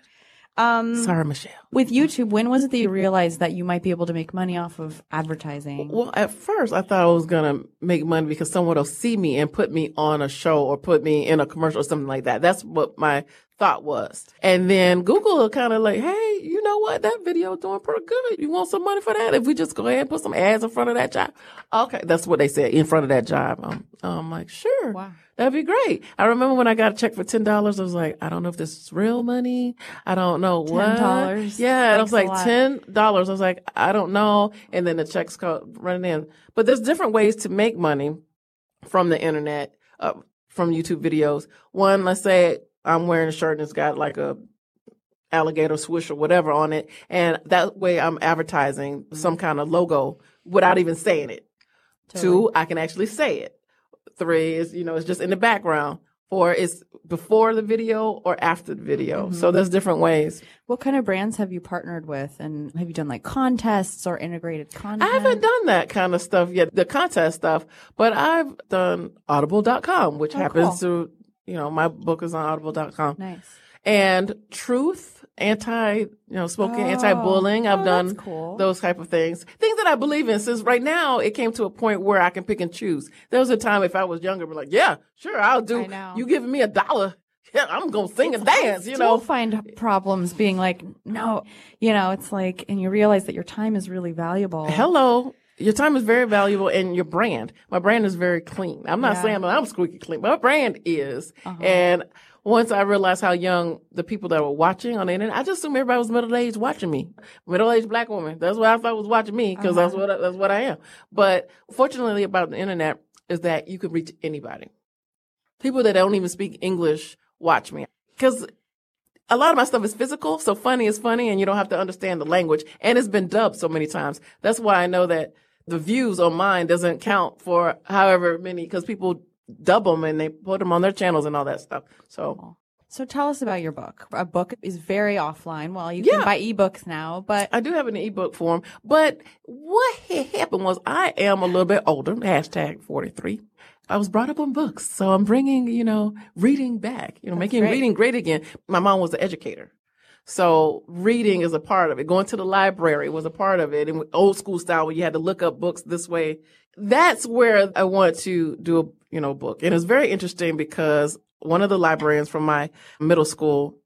Speaker 1: Um,
Speaker 3: Sorry, Michelle.
Speaker 1: with YouTube, when was it that you realized that you might be able to make money off of advertising?
Speaker 3: Well, at first I thought I was gonna make money because someone will see me and put me on a show or put me in a commercial or something like that. That's what my thought was. And then Google kind of like, hey, you know what? That video doing pretty good. You want some money for that? If we just go ahead and put some ads in front of that job, okay, that's what they said in front of that job. Um, I'm like, sure,
Speaker 1: Wow.
Speaker 3: that'd be great. I remember when I got a check for ten dollars, I was like, I don't know if this is real money. I don't know what.
Speaker 1: $10?
Speaker 3: Yeah, and I
Speaker 1: Thanks
Speaker 3: was
Speaker 1: a
Speaker 3: like
Speaker 1: lot.
Speaker 3: ten ten dollars. I was like, I don't know. And then the checks go running in. But there's different ways to make money from the internet, uh, from YouTube videos. One, let's say I'm wearing a shirt and it's got like a alligator swoosh or whatever on it, and that way I'm advertising
Speaker 1: Mm-hmm.
Speaker 3: some kind of logo without even saying it. Two, I can actually say it. Three is, you know, it's just in the background. Four is before the video or after the video.
Speaker 1: Mm-hmm.
Speaker 3: So there's different ways.
Speaker 1: What kind of brands have you partnered with, and have you done like contests or integrated content?
Speaker 3: I haven't done that kind of stuff yet, the contest stuff, but I've done audible.com, which
Speaker 1: Oh,
Speaker 3: happens to, you know, my book is on audible.com.
Speaker 1: Nice.
Speaker 3: And truth, anti, you know, smoking,
Speaker 1: Oh.
Speaker 3: anti-bullying. I've
Speaker 1: Oh,
Speaker 3: done
Speaker 1: that's cool.
Speaker 3: those type of things. Things that I believe in since right now it came to a point where I can pick and choose. There was a time if I was younger, I'd be like, yeah, sure, I'll do.
Speaker 1: I know.
Speaker 3: You giving me a dollar. Yeah, I'm going to sing and dance, you
Speaker 1: Still
Speaker 3: know.
Speaker 1: find problems being like, no, you know, it's like, and you realize that your time is really valuable.
Speaker 3: Hello. Your time is very valuable and your brand. My brand is very clean. I'm not
Speaker 1: Yeah. Uh-huh.
Speaker 3: saying that I'm squeaky clean, but my brand is. And once I realized how young the people that were watching on the internet, I just assumed everybody was middle aged watching me. Middle aged black woman. That's what I thought was watching me because that's
Speaker 1: Uh-huh.
Speaker 3: what I, that's what I am. But fortunately about the internet is that you can reach anybody. People that don't even speak English watch me because a lot of my stuff is physical, so funny is funny, and you don't have to understand the language. And it's been dubbed so many times. That's why I know that the views on mine doesn't count for however many, because people dub them and they put them on their channels and all that stuff. So
Speaker 1: So tell us about your book. A book is very offline. Well, you can
Speaker 3: Yeah.
Speaker 1: buy ebooks now, but
Speaker 3: I do have it in ebook form. But what had happened was I am a little bit older, hashtag 43. I was brought up on books, so I'm bringing, you know, reading back, you know, making
Speaker 1: great.
Speaker 3: reading great again. My mom was an educator. So reading is a part of it. Going to the library was a part of it. And with old school style where you had to look up books this way. That's where I want to do a, you know, book. And it's very interesting because one of the librarians from my middle school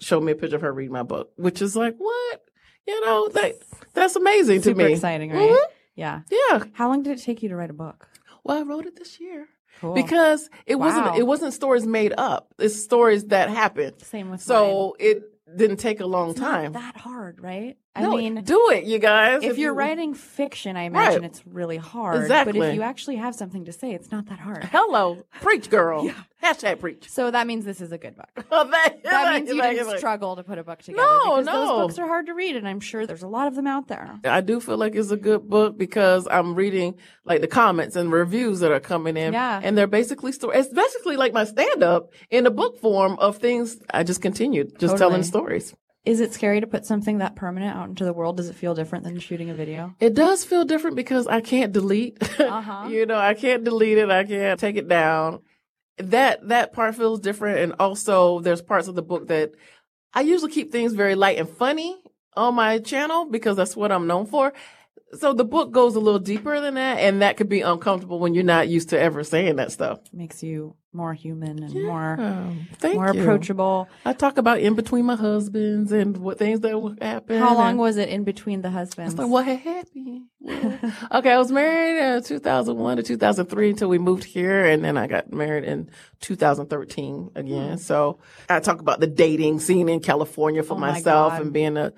Speaker 3: showed me a picture of her reading my book, which is like, what? You know, like, that's amazing
Speaker 1: super
Speaker 3: to me.
Speaker 1: exciting, right?
Speaker 3: Mhm.
Speaker 1: Yeah.
Speaker 3: Yeah.
Speaker 1: How long did it take you to write a book?
Speaker 3: Well, I wrote it this year
Speaker 1: Cool.
Speaker 3: because it
Speaker 1: Wow.
Speaker 3: wasn't, it wasn't stories made up. It's stories that happened.
Speaker 1: same with mine.
Speaker 3: So it didn't take a long
Speaker 1: It's not
Speaker 3: time.
Speaker 1: that hard, right?
Speaker 3: No,
Speaker 1: I mean,
Speaker 3: do it, you guys.
Speaker 1: if you're
Speaker 3: you-
Speaker 1: writing fiction, I imagine
Speaker 3: Right.
Speaker 1: it's really hard. But if
Speaker 3: Exactly.
Speaker 1: you actually have something to say, it's not that hard.
Speaker 3: hello, preach, girl. Hashtag preach.
Speaker 1: So that means this is a good book.
Speaker 3: that
Speaker 1: That means you didn't struggle to put a book together.
Speaker 3: No,
Speaker 1: because
Speaker 3: no.
Speaker 1: Those books are hard to read, and I'm sure there's a lot of them out there.
Speaker 3: I do feel like it's a good book because I'm reading like the comments and reviews that are coming in.
Speaker 1: Yeah.
Speaker 3: And they're basically stories. It's basically like my stand up in a book form of things I just continued, just
Speaker 1: Totally.
Speaker 3: telling stories.
Speaker 1: Is it scary to put something that permanent out into the world? Does it feel different than shooting a video?
Speaker 3: It does feel different because I can't delete.
Speaker 1: Uh-huh.
Speaker 3: you know, I can't delete it. I can't take it down. That that part feels different, and also there's parts of the book that I usually keep things very light and funny on my channel because that's what I'm known for. So the book goes a little deeper than that, and that could be uncomfortable when you're not used to ever saying that stuff.
Speaker 1: makes you more human and more
Speaker 3: Oh, thank
Speaker 1: more
Speaker 3: you.
Speaker 1: approachable.
Speaker 3: I talk about in between my husbands and what things that happened.
Speaker 1: How long
Speaker 3: and-
Speaker 1: was it in between the husbands?
Speaker 3: Like, what had happened? okay, I was married in 2001 to 2003 until we moved here, and then I got married in 2013 again. So I talk about the dating scene in California for
Speaker 1: Mm. Oh my
Speaker 3: myself
Speaker 1: God.
Speaker 3: and being a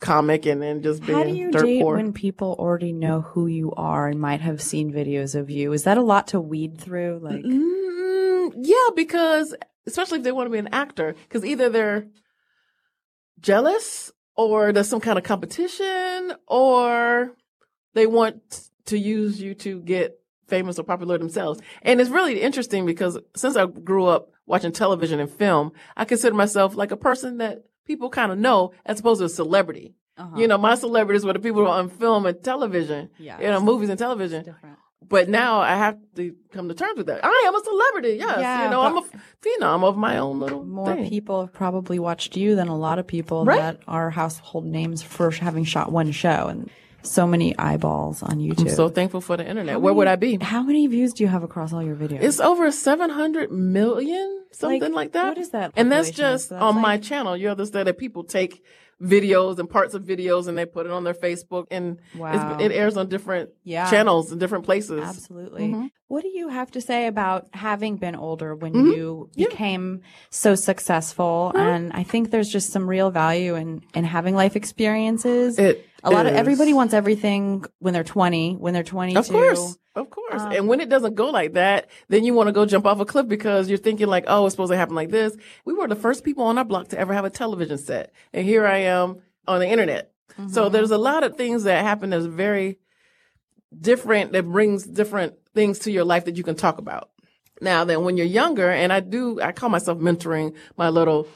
Speaker 3: comic, and then just being
Speaker 1: How do you
Speaker 3: dirt
Speaker 1: date
Speaker 3: poor.
Speaker 1: when people already know who you are and might have seen videos of you? Is that a lot to weed through? Like,
Speaker 3: Mm, yeah, because especially if they want to be an actor, because either they're jealous or there's some kind of competition or they want to use you to get famous or popular themselves. And it's really interesting because since I grew up watching television and film, I consider myself like a person that people kind of know as opposed to a celebrity.
Speaker 1: Uh-huh.
Speaker 3: You know, my celebrities were the people who were on film and television,
Speaker 1: Yeah.
Speaker 3: you know, movies and television.
Speaker 1: different.
Speaker 3: But now I have to come to terms with that. I am a celebrity. Yes.
Speaker 1: Yeah,
Speaker 3: you know, I'm a
Speaker 1: but-
Speaker 3: f- phenom of my own little
Speaker 1: More
Speaker 3: thing.
Speaker 1: people have probably watched you than a lot of people
Speaker 3: Right.
Speaker 1: that are household names for sh- having shot one show and so many eyeballs on
Speaker 3: I'm
Speaker 1: YouTube.
Speaker 3: so thankful for the internet. Where would I be?
Speaker 1: How many views do you have across all your videos?
Speaker 3: It's over 700 million, something like, that.
Speaker 1: what is that
Speaker 3: And that's
Speaker 1: population?
Speaker 3: just
Speaker 1: That's
Speaker 3: on
Speaker 1: like-
Speaker 3: my channel. You understand that people take videos and parts of videos and they put it on their Facebook and
Speaker 1: Wow.
Speaker 3: it's, it airs on different
Speaker 1: Yeah.
Speaker 3: channels and different places.
Speaker 1: Absolutely.
Speaker 3: Mm-hmm.
Speaker 1: What do you have to say about having been older when
Speaker 3: Mm-hmm.
Speaker 1: you became so successful? And I think there's just some real value in, in having life experiences.
Speaker 3: It
Speaker 1: a lot of
Speaker 3: is.
Speaker 1: everybody wants everything when they're 20, when they're 22.
Speaker 3: Of course. Of course. and when it doesn't go like that, then you want to go jump off a cliff because you're thinking like, oh, it's supposed to happen like this. We were the first people on our block to ever have a television set. And here I am on the internet. So there's a lot of things that happen that's very different, that brings different things to your life that you can talk about. Now then when you're younger, and I do, I call myself mentoring my little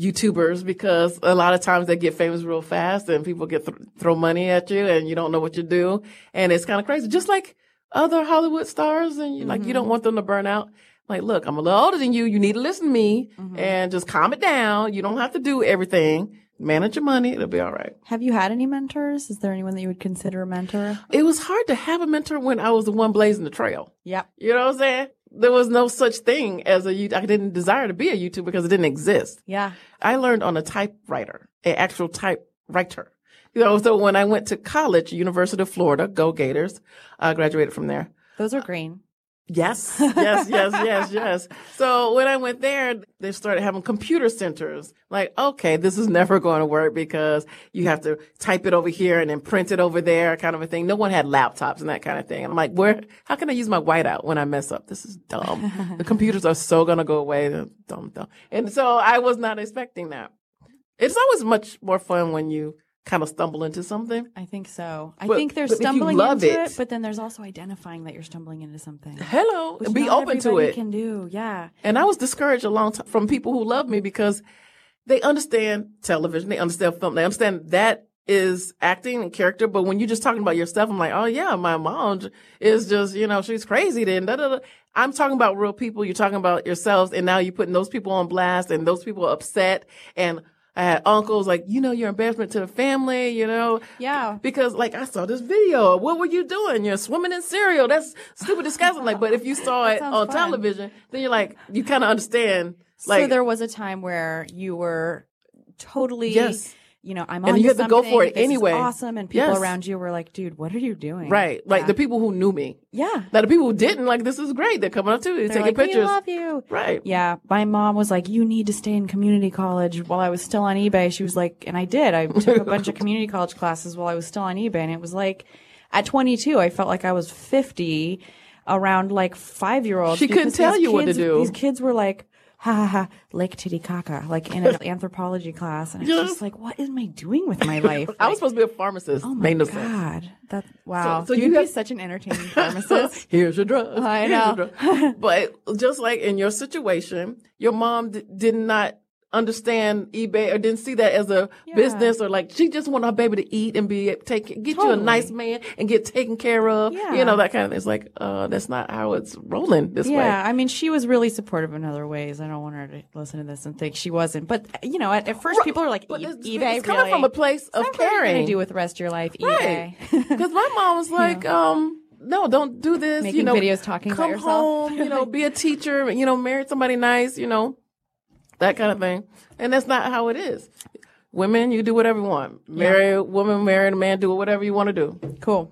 Speaker 3: YouTubers because a lot of times they get famous real fast and people get th- throw money at you and you don't know what you do and it's kind of crazy. Just like other Hollywood stars and you like you don't want them to burn out. Like, look, I'm a little older than you. You need to listen to me and just calm it down. You don't have to do everything. Manage your money. It'll be all right.
Speaker 1: Have you had any mentors? Is there anyone that you would consider a mentor?
Speaker 3: It was hard to have a mentor when I was the one blazing the trail.
Speaker 1: Yep.
Speaker 3: You know what I'm saying? There was no such thing as a YouTube. I didn't desire to be a YouTuber because it didn't exist.
Speaker 1: Yeah.
Speaker 3: I learned on a typewriter, an actual typewriter. You know, so when I went to college, University of Florida, go Gators, I graduated from there.
Speaker 1: Those are green.
Speaker 3: Yes, yes, yes, yes, yes. So when I went there, they started having computer centers. Like, okay, this is never going to work because you have to type it over here and then print it over there, kind of a thing. No one had laptops and that kind of thing. And I'm like, where, how can I use my whiteout when I mess up? This is dumb. the computers are so going to go away. They're Dumb, dumb. And so I was not expecting that. It's always much more fun when you kind of stumble into something.
Speaker 1: I think so. I
Speaker 3: But-
Speaker 1: think they're
Speaker 3: but if you
Speaker 1: stumbling
Speaker 3: love
Speaker 1: into
Speaker 3: it-
Speaker 1: it, but then there's also identifying that you're stumbling into something.
Speaker 3: Hello,
Speaker 1: which
Speaker 3: be
Speaker 1: not
Speaker 3: open to
Speaker 1: everybody
Speaker 3: it.
Speaker 1: Can do, yeah.
Speaker 3: And I was discouraged a long time from people who love me because they understand television, they understand film, they understand that is acting and character. But when you're just talking about yourself, I'm like, oh yeah, my mom j- is just, you know, she's crazy then. Da, da, da. I'm talking about real people. You're talking about yourselves. And now you're putting those people on blast and those people are upset. And I had uncles like, you know, you're embarrassment to the family, you know,
Speaker 1: Yeah.
Speaker 3: because like I saw this video. What were you doing? You're swimming in cereal. That's stupid disgusting. Like, but if you saw it
Speaker 1: sounds
Speaker 3: on
Speaker 1: fun.
Speaker 3: television, then you're like, you kind of understand. Like,
Speaker 1: so there was a time where you were totally
Speaker 3: Yes.
Speaker 1: you know i'm
Speaker 3: And
Speaker 1: onto
Speaker 3: you had to go
Speaker 1: something,
Speaker 3: for it
Speaker 1: this is
Speaker 3: anyway.
Speaker 1: awesome and people
Speaker 3: Yes.
Speaker 1: around you were like dude what are you doing
Speaker 3: right? Like the people who knew me.
Speaker 1: yeah
Speaker 3: Now the people who didn't like this is great. They're coming up to me,
Speaker 1: They're
Speaker 3: taking
Speaker 1: like, we
Speaker 3: pictures.
Speaker 1: love you
Speaker 3: Right.
Speaker 1: yeah my mom was like you need to stay in community college while i was still on ebay she was like and i did i took a bunch of community college classes while i was still on ebay and it was like at 22 i felt like i was 50 around like five year olds
Speaker 3: She couldn't tell you what to do.
Speaker 1: these kids were like ha ha ha lake titicaca like in an anthropology class and i was
Speaker 3: Yeah.
Speaker 1: just like what am i doing with my life
Speaker 3: I was supposed to be a pharmacist.
Speaker 1: oh my
Speaker 3: Made no sense.
Speaker 1: god that wow
Speaker 3: so
Speaker 1: you'd
Speaker 3: you
Speaker 1: be
Speaker 3: have-
Speaker 1: such an entertaining pharmacist
Speaker 3: Here's your drug.
Speaker 1: I know.
Speaker 3: but just like in your situation, your mom d- did not understand eBay or didn't see that as a business or like she just wanted her baby to eat and be taken, get you a
Speaker 1: Totally.
Speaker 3: nice man and get taken care of.
Speaker 1: Yeah.
Speaker 3: You know, that kind of thing. It's like, uh, that's not how it's rolling this
Speaker 1: Yeah,
Speaker 3: way.
Speaker 1: I mean, she was really supportive in other ways. I don't want her to listen to this and think she wasn't. But you know, at, at first, people are like, e-
Speaker 3: But this-
Speaker 1: "eBay
Speaker 3: it's coming
Speaker 1: really?
Speaker 3: from a place of
Speaker 1: What are you gonna
Speaker 3: caring.
Speaker 1: do with the rest of your life, E
Speaker 3: Right.
Speaker 1: eBay."
Speaker 3: Because my mom was like, um, no, don't do this.
Speaker 1: Making
Speaker 3: you know,
Speaker 1: videos talking about
Speaker 3: come
Speaker 1: yourself.
Speaker 3: home. You know, be a teacher. You know, marry somebody nice. You know, that kind of thing. And that's not how it is. Women, you do whatever you want. Marry a woman, marry a man, do whatever you want to do.
Speaker 1: cool.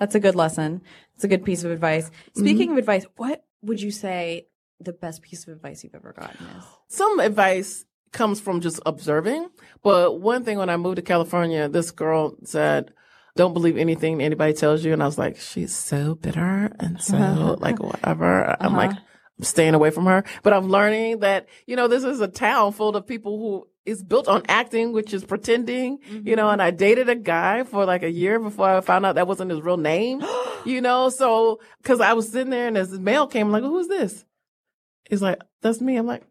Speaker 1: That's a good lesson. It's a good piece of advice.
Speaker 3: Mm-hmm.
Speaker 1: Speaking of advice, what would you say the best piece of advice you've ever gotten is?
Speaker 3: some advice comes from just observing. But one thing when I moved to California, this girl said, don't believe anything anybody tells you. And I was like, she's so bitter and so like whatever. I'm like, I'm staying away from her. But I'm learning that, you know, this is a town full of people who is built on acting, which is pretending, you know, and I dated a guy for like a year before I found out that wasn't his real name, you know, so, cause I was sitting there and this mail came, I'm like, who's this? He's like, that's me. I'm like,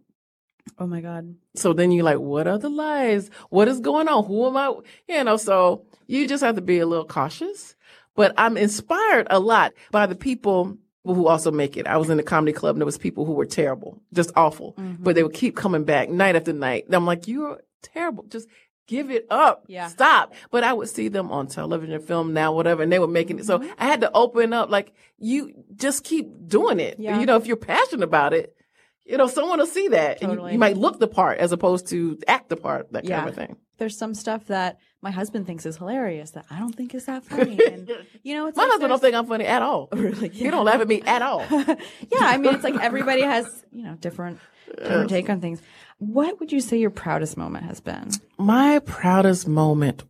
Speaker 1: Oh my God.
Speaker 3: So then you're like, what are the lies? What is going on? Who am I? You know, so you just have to be a little cautious. But I'm inspired a lot by the people who also make it. I was in a comedy club and there was people who were terrible, just awful,
Speaker 1: Mm-hmm.
Speaker 3: but they would keep coming back night after night. And I'm like, you're terrible. Just give it up.
Speaker 1: Yeah.
Speaker 3: Stop. But I would see them on television, film now, whatever, and they were making it.
Speaker 1: Mm-hmm.
Speaker 3: So I had to open up, like, you just keep doing it.
Speaker 1: Yeah.
Speaker 3: You know, if you're passionate about it, you know, someone will see that. And you-
Speaker 1: Totally.
Speaker 3: You, might look the part as opposed to act the part, that
Speaker 1: Yeah.
Speaker 3: kind of a thing.
Speaker 1: There's some stuff that my husband thinks is hilarious that I don't think is that funny. And, you know, it's
Speaker 3: My
Speaker 1: like
Speaker 3: husband
Speaker 1: there's-
Speaker 3: don't think I'm funny at all.
Speaker 1: Really?
Speaker 3: He don't laugh at me at all.
Speaker 1: yeah, I mean, it's like everybody has, you know, different, different take on things. What would you say your proudest moment has been?
Speaker 3: My proudest moment.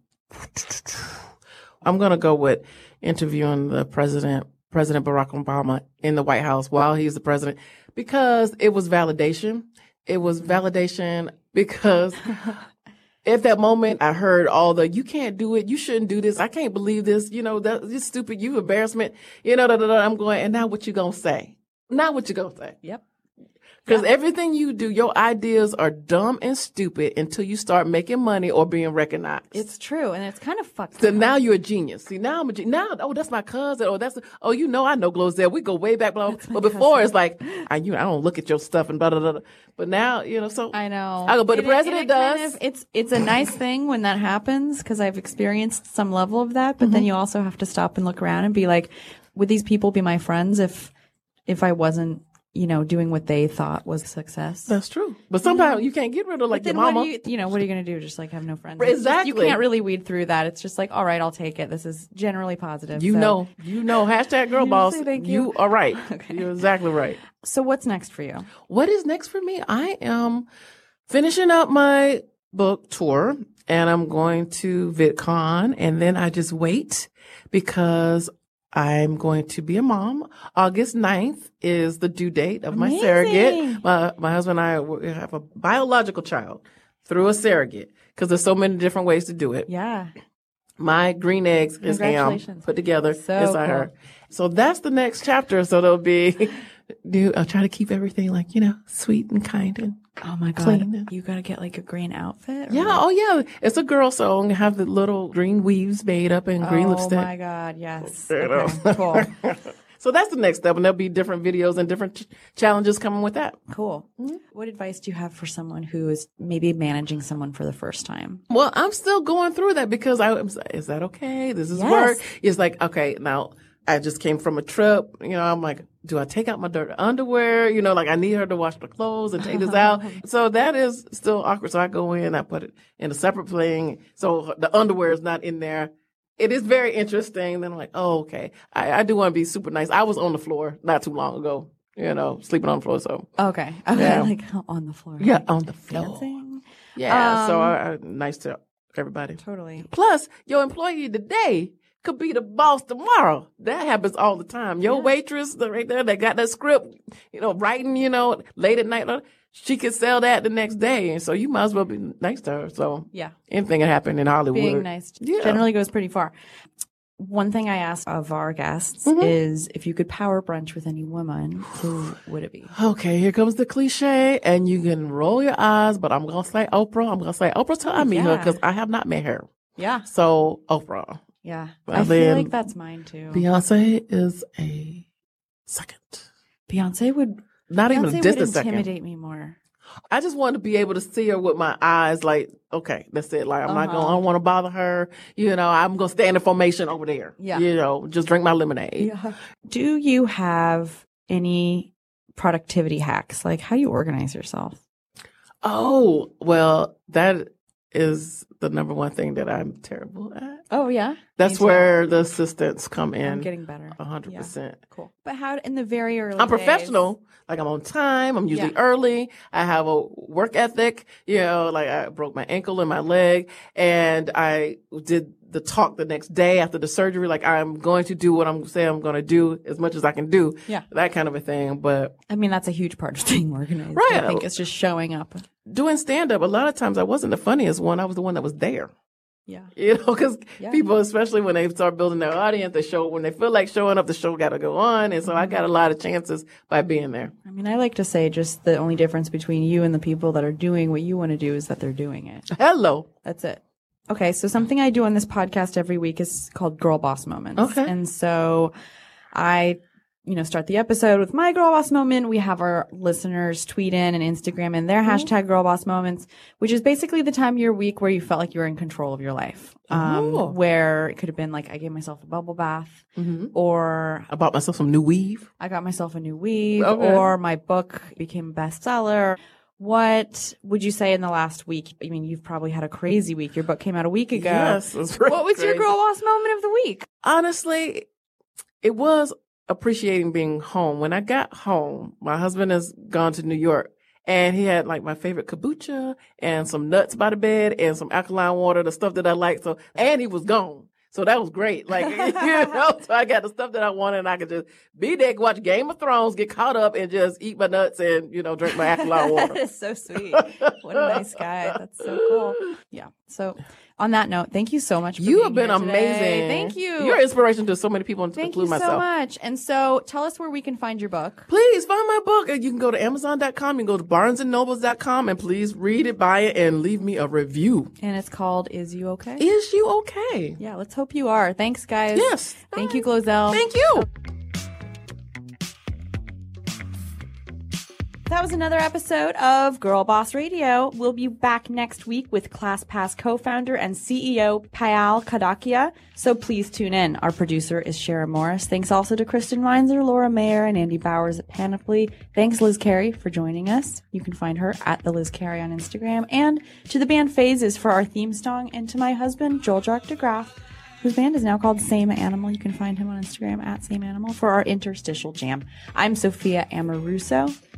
Speaker 3: I'm gonna go with interviewing the president, President Barack Obama, in the White House while he's the president, because it was validation. It was validation because at that moment I heard all the "you can't do it," "you shouldn't do this," "I can't believe this," you know, that this stupid, you embarrassment, you know, da, da, da. I'm going, and now what you gonna say? Now what you gonna say?
Speaker 1: Yep.
Speaker 3: Because everything you do, your ideas are dumb and stupid until you start making money or being recognized.
Speaker 1: It's true. And it's kind of fucked
Speaker 3: so
Speaker 1: up.
Speaker 3: now you're a genius. See, now I'm a genius. Now, oh, that's my cousin. Oh, that's, oh, you know, I know Glozell. We go way back. Blah, blah. But before, it's like, I, you, I don't look at your stuff and blah, blah, blah. blah. But now, you know, so.
Speaker 1: I know.
Speaker 3: I go, but the
Speaker 1: And it- and
Speaker 3: president
Speaker 1: it kind
Speaker 3: does.
Speaker 1: of- it's it's a nice thing when that happens because I've experienced some level of that. But
Speaker 3: Mm-hmm.
Speaker 1: then you also have to stop and look around and be like, would these people be my friends if if I wasn't you know doing what they thought was success?
Speaker 3: That's true. But somehow you can't get rid of like your
Speaker 1: Mm-hmm. then what
Speaker 3: mama.
Speaker 1: do you you know what are you going to do? Just like have no friends? It's just- you
Speaker 3: Exactly.
Speaker 1: can't really weed through that. It's just like all right, I'll take it. This is generally positive.
Speaker 3: You
Speaker 1: so-
Speaker 3: know, you know, hashtag girl boss.
Speaker 1: say thank you.
Speaker 3: you are right. You're exactly right.
Speaker 1: So what's next for you?
Speaker 3: what is next for me? I am finishing up my book tour and I'm going to VidCon and then I just wait because I'm going to be a mom. August 9th is the due date of my
Speaker 1: Amazing.
Speaker 3: surrogate. My, my husband and I we have a biological child through a surrogate because there's so many different ways to do it
Speaker 1: Yeah.
Speaker 3: my green eggs is ham
Speaker 1: Congratulations.
Speaker 3: put together
Speaker 1: So
Speaker 3: inside her. So that's the next chapter. So there'll be, do I'll try to keep everything like you know sweet and kind and
Speaker 1: Oh my god.
Speaker 3: Clean.
Speaker 1: You got to get like a green outfit. or-
Speaker 3: yeah oh yeah it's a girl so I'm gonna have the little green weaves made up and green
Speaker 1: oh
Speaker 3: lipstick.
Speaker 1: my god. Yes.
Speaker 3: Fair
Speaker 1: Okay,
Speaker 3: enough.
Speaker 1: cool.
Speaker 3: So that's the next step, and there'll be different videos and different ch- challenges coming with that.
Speaker 1: Cool.
Speaker 3: Mm-hmm.
Speaker 1: What advice do you have for someone who is maybe managing someone for the first time?
Speaker 3: Well, I'm still going through that because I am. Is that okay? This is
Speaker 1: Yes.
Speaker 3: work. It's like okay now. I just came from a trip. You know, I'm like, do I take out my dirty underwear? You know, like I need her to wash the clothes and take this out. So that is still awkward. So I go in, I put it in a separate thing. So the underwear is not in there. It is very interesting. Then I'm like, oh, okay. I, I do want to be super nice. I was on the floor not too long ago, you know, sleeping on the floor. So
Speaker 1: Okay. Okay.
Speaker 3: Yeah.
Speaker 1: Like on the floor.
Speaker 3: yeah, on the floor.
Speaker 1: Dancing.
Speaker 3: Yeah. so
Speaker 1: Um,
Speaker 3: I, I, nice to everybody.
Speaker 1: Totally.
Speaker 3: Plus, your employee today could be the boss tomorrow. That happens all the time. Your waitress the- right there that got that script, you know, writing, you know, late at night, she could sell that the next day. And so you might as well be nice to her. So
Speaker 1: Yeah.
Speaker 3: anything can happen in Hollywood.
Speaker 1: Being nice
Speaker 3: Yeah.
Speaker 1: generally goes pretty far. One thing I ask of our guests
Speaker 3: Mm-hmm.
Speaker 1: is if you could power brunch with any woman, who would it be?
Speaker 3: Okay, here comes the cliche, and you can roll your eyes, but I'm gonna say Oprah. I'm gonna say Oprah till I meet her
Speaker 1: yeah.
Speaker 3: because I have not met her.
Speaker 1: Yeah.
Speaker 3: So Oprah,
Speaker 1: Yeah.
Speaker 3: Well,
Speaker 1: I feel
Speaker 3: then-
Speaker 1: like that's mine too.
Speaker 3: Beyonce is a second,
Speaker 1: Beyonce would
Speaker 3: not
Speaker 1: Beyonce
Speaker 3: even a
Speaker 1: would
Speaker 3: distant
Speaker 1: intimidate
Speaker 3: second.
Speaker 1: me more.
Speaker 3: I just want to be able to see her with my eyes. Like, okay, that's it. Like, I'm not
Speaker 1: Uh-huh.
Speaker 3: going. to I don't want to bother her. You know, I'm going to stand in formation over there.
Speaker 1: Yeah.
Speaker 3: You know, just drink my lemonade.
Speaker 1: Do you have any productivity hacks? Like how do you organize yourself?
Speaker 3: Oh well, that is the number one thing that I'm terrible at.
Speaker 1: Oh yeah.
Speaker 3: That's
Speaker 1: Me too.
Speaker 3: where the assistants come
Speaker 1: I'm
Speaker 3: in.
Speaker 1: getting better.
Speaker 3: A hundred
Speaker 1: Yeah.
Speaker 3: percent.
Speaker 1: Cool. But how in the very early
Speaker 3: I'm
Speaker 1: days-
Speaker 3: professional. Like I'm on time. I'm usually
Speaker 1: Yeah.
Speaker 3: early. I have a work ethic. You know, like I broke my ankle and my leg and I did the talk the next day after the surgery. Like I'm going to do what I'm saying I'm going to do as much as I can do.
Speaker 1: Yeah.
Speaker 3: That kind of a thing. But
Speaker 1: I mean, that's a huge part of being organized.
Speaker 3: Right.
Speaker 1: I think it's just showing up.
Speaker 3: doing stand up, a lot of times I wasn't the funniest one. I was the one that was there.
Speaker 1: Yeah.
Speaker 3: You know, because
Speaker 1: Yeah.
Speaker 3: people, especially when they start building their audience, the show when they feel like showing up, the show got to go on, and
Speaker 1: Mm-hmm.
Speaker 3: so I got a lot of chances by being there.
Speaker 1: I mean, I like to say just the only difference between you and the people that are doing what you want to do is that they're doing it.
Speaker 3: Hello,
Speaker 1: That's it. Okay, so something I do on this podcast every week is called Girl Boss Moments.
Speaker 3: Okay.
Speaker 1: And so I, you know, start the episode with my Girl Boss Moment. We have our listeners tweet in and Instagram in their
Speaker 3: Mm-hmm.
Speaker 1: hashtag Girl Boss Moments, which is basically the time of your week where you felt like you were in control of your life. Um,
Speaker 3: Oh.
Speaker 1: Where it could have been like, I gave myself a bubble bath
Speaker 3: Mhm.
Speaker 1: or
Speaker 3: I bought myself some new weave.
Speaker 1: I got myself a new weave
Speaker 3: Okay.
Speaker 1: or my book became a bestseller. What would you say in the last week? I mean, you've probably had a crazy week. Your book came out a week ago.
Speaker 3: Yes, that's right.
Speaker 1: uh, What was your
Speaker 3: Crazy.
Speaker 1: girl boss moment of the week?
Speaker 3: honestly, it was appreciating being home. When I got home, my husband has gone to New York and he had like my favorite kombucha and some nuts by the bed and some alkaline water, the stuff that I like. So, and he was gone. So that was great. Like, you know, so I got the stuff that I wanted and I could just be there, watch Game of Thrones, get caught up and just eat my nuts and, you know, drink my alkaline
Speaker 1: that
Speaker 3: water.
Speaker 1: is so sweet. What a nice guy. That's so cool. Yeah. So, on that note, thank you so much. For
Speaker 3: You
Speaker 1: being
Speaker 3: have been
Speaker 1: here today.
Speaker 3: amazing.
Speaker 1: Thank you.
Speaker 3: You're an inspiration to so many people,
Speaker 1: thank you
Speaker 3: including
Speaker 1: so
Speaker 3: myself.
Speaker 1: much. And so, tell us where we can find your book.
Speaker 3: please find my book. You can go to Amazon.com, you can go to BarnesandNobles.com, and please read it, buy it, and leave me a review.
Speaker 1: And it's called "Is You Okay."
Speaker 3: Is you okay?
Speaker 1: Yeah. Let's hope you are. Thanks, guys.
Speaker 3: Yes.
Speaker 1: Thank you, Glozell.
Speaker 3: Thank you.
Speaker 1: That was another episode of Girl Boss Radio. We'll be back next week with ClassPass co-founder and CEO Payal Kadakia. So please tune in. Our producer is Sharon Morris. Thanks also to Kristen Weinzer, Laura Mayer, and Andy Bowers at Panoply. Thanks Liz Carey for joining us. You can find her at the Liz Carey on Instagram and to the band Phases for our theme song and to my husband Joel Jark DeGraff whose band is now called Same Animal. You can find him on Instagram at Same Animal for our interstitial jam. I'm Sophia Amoruso.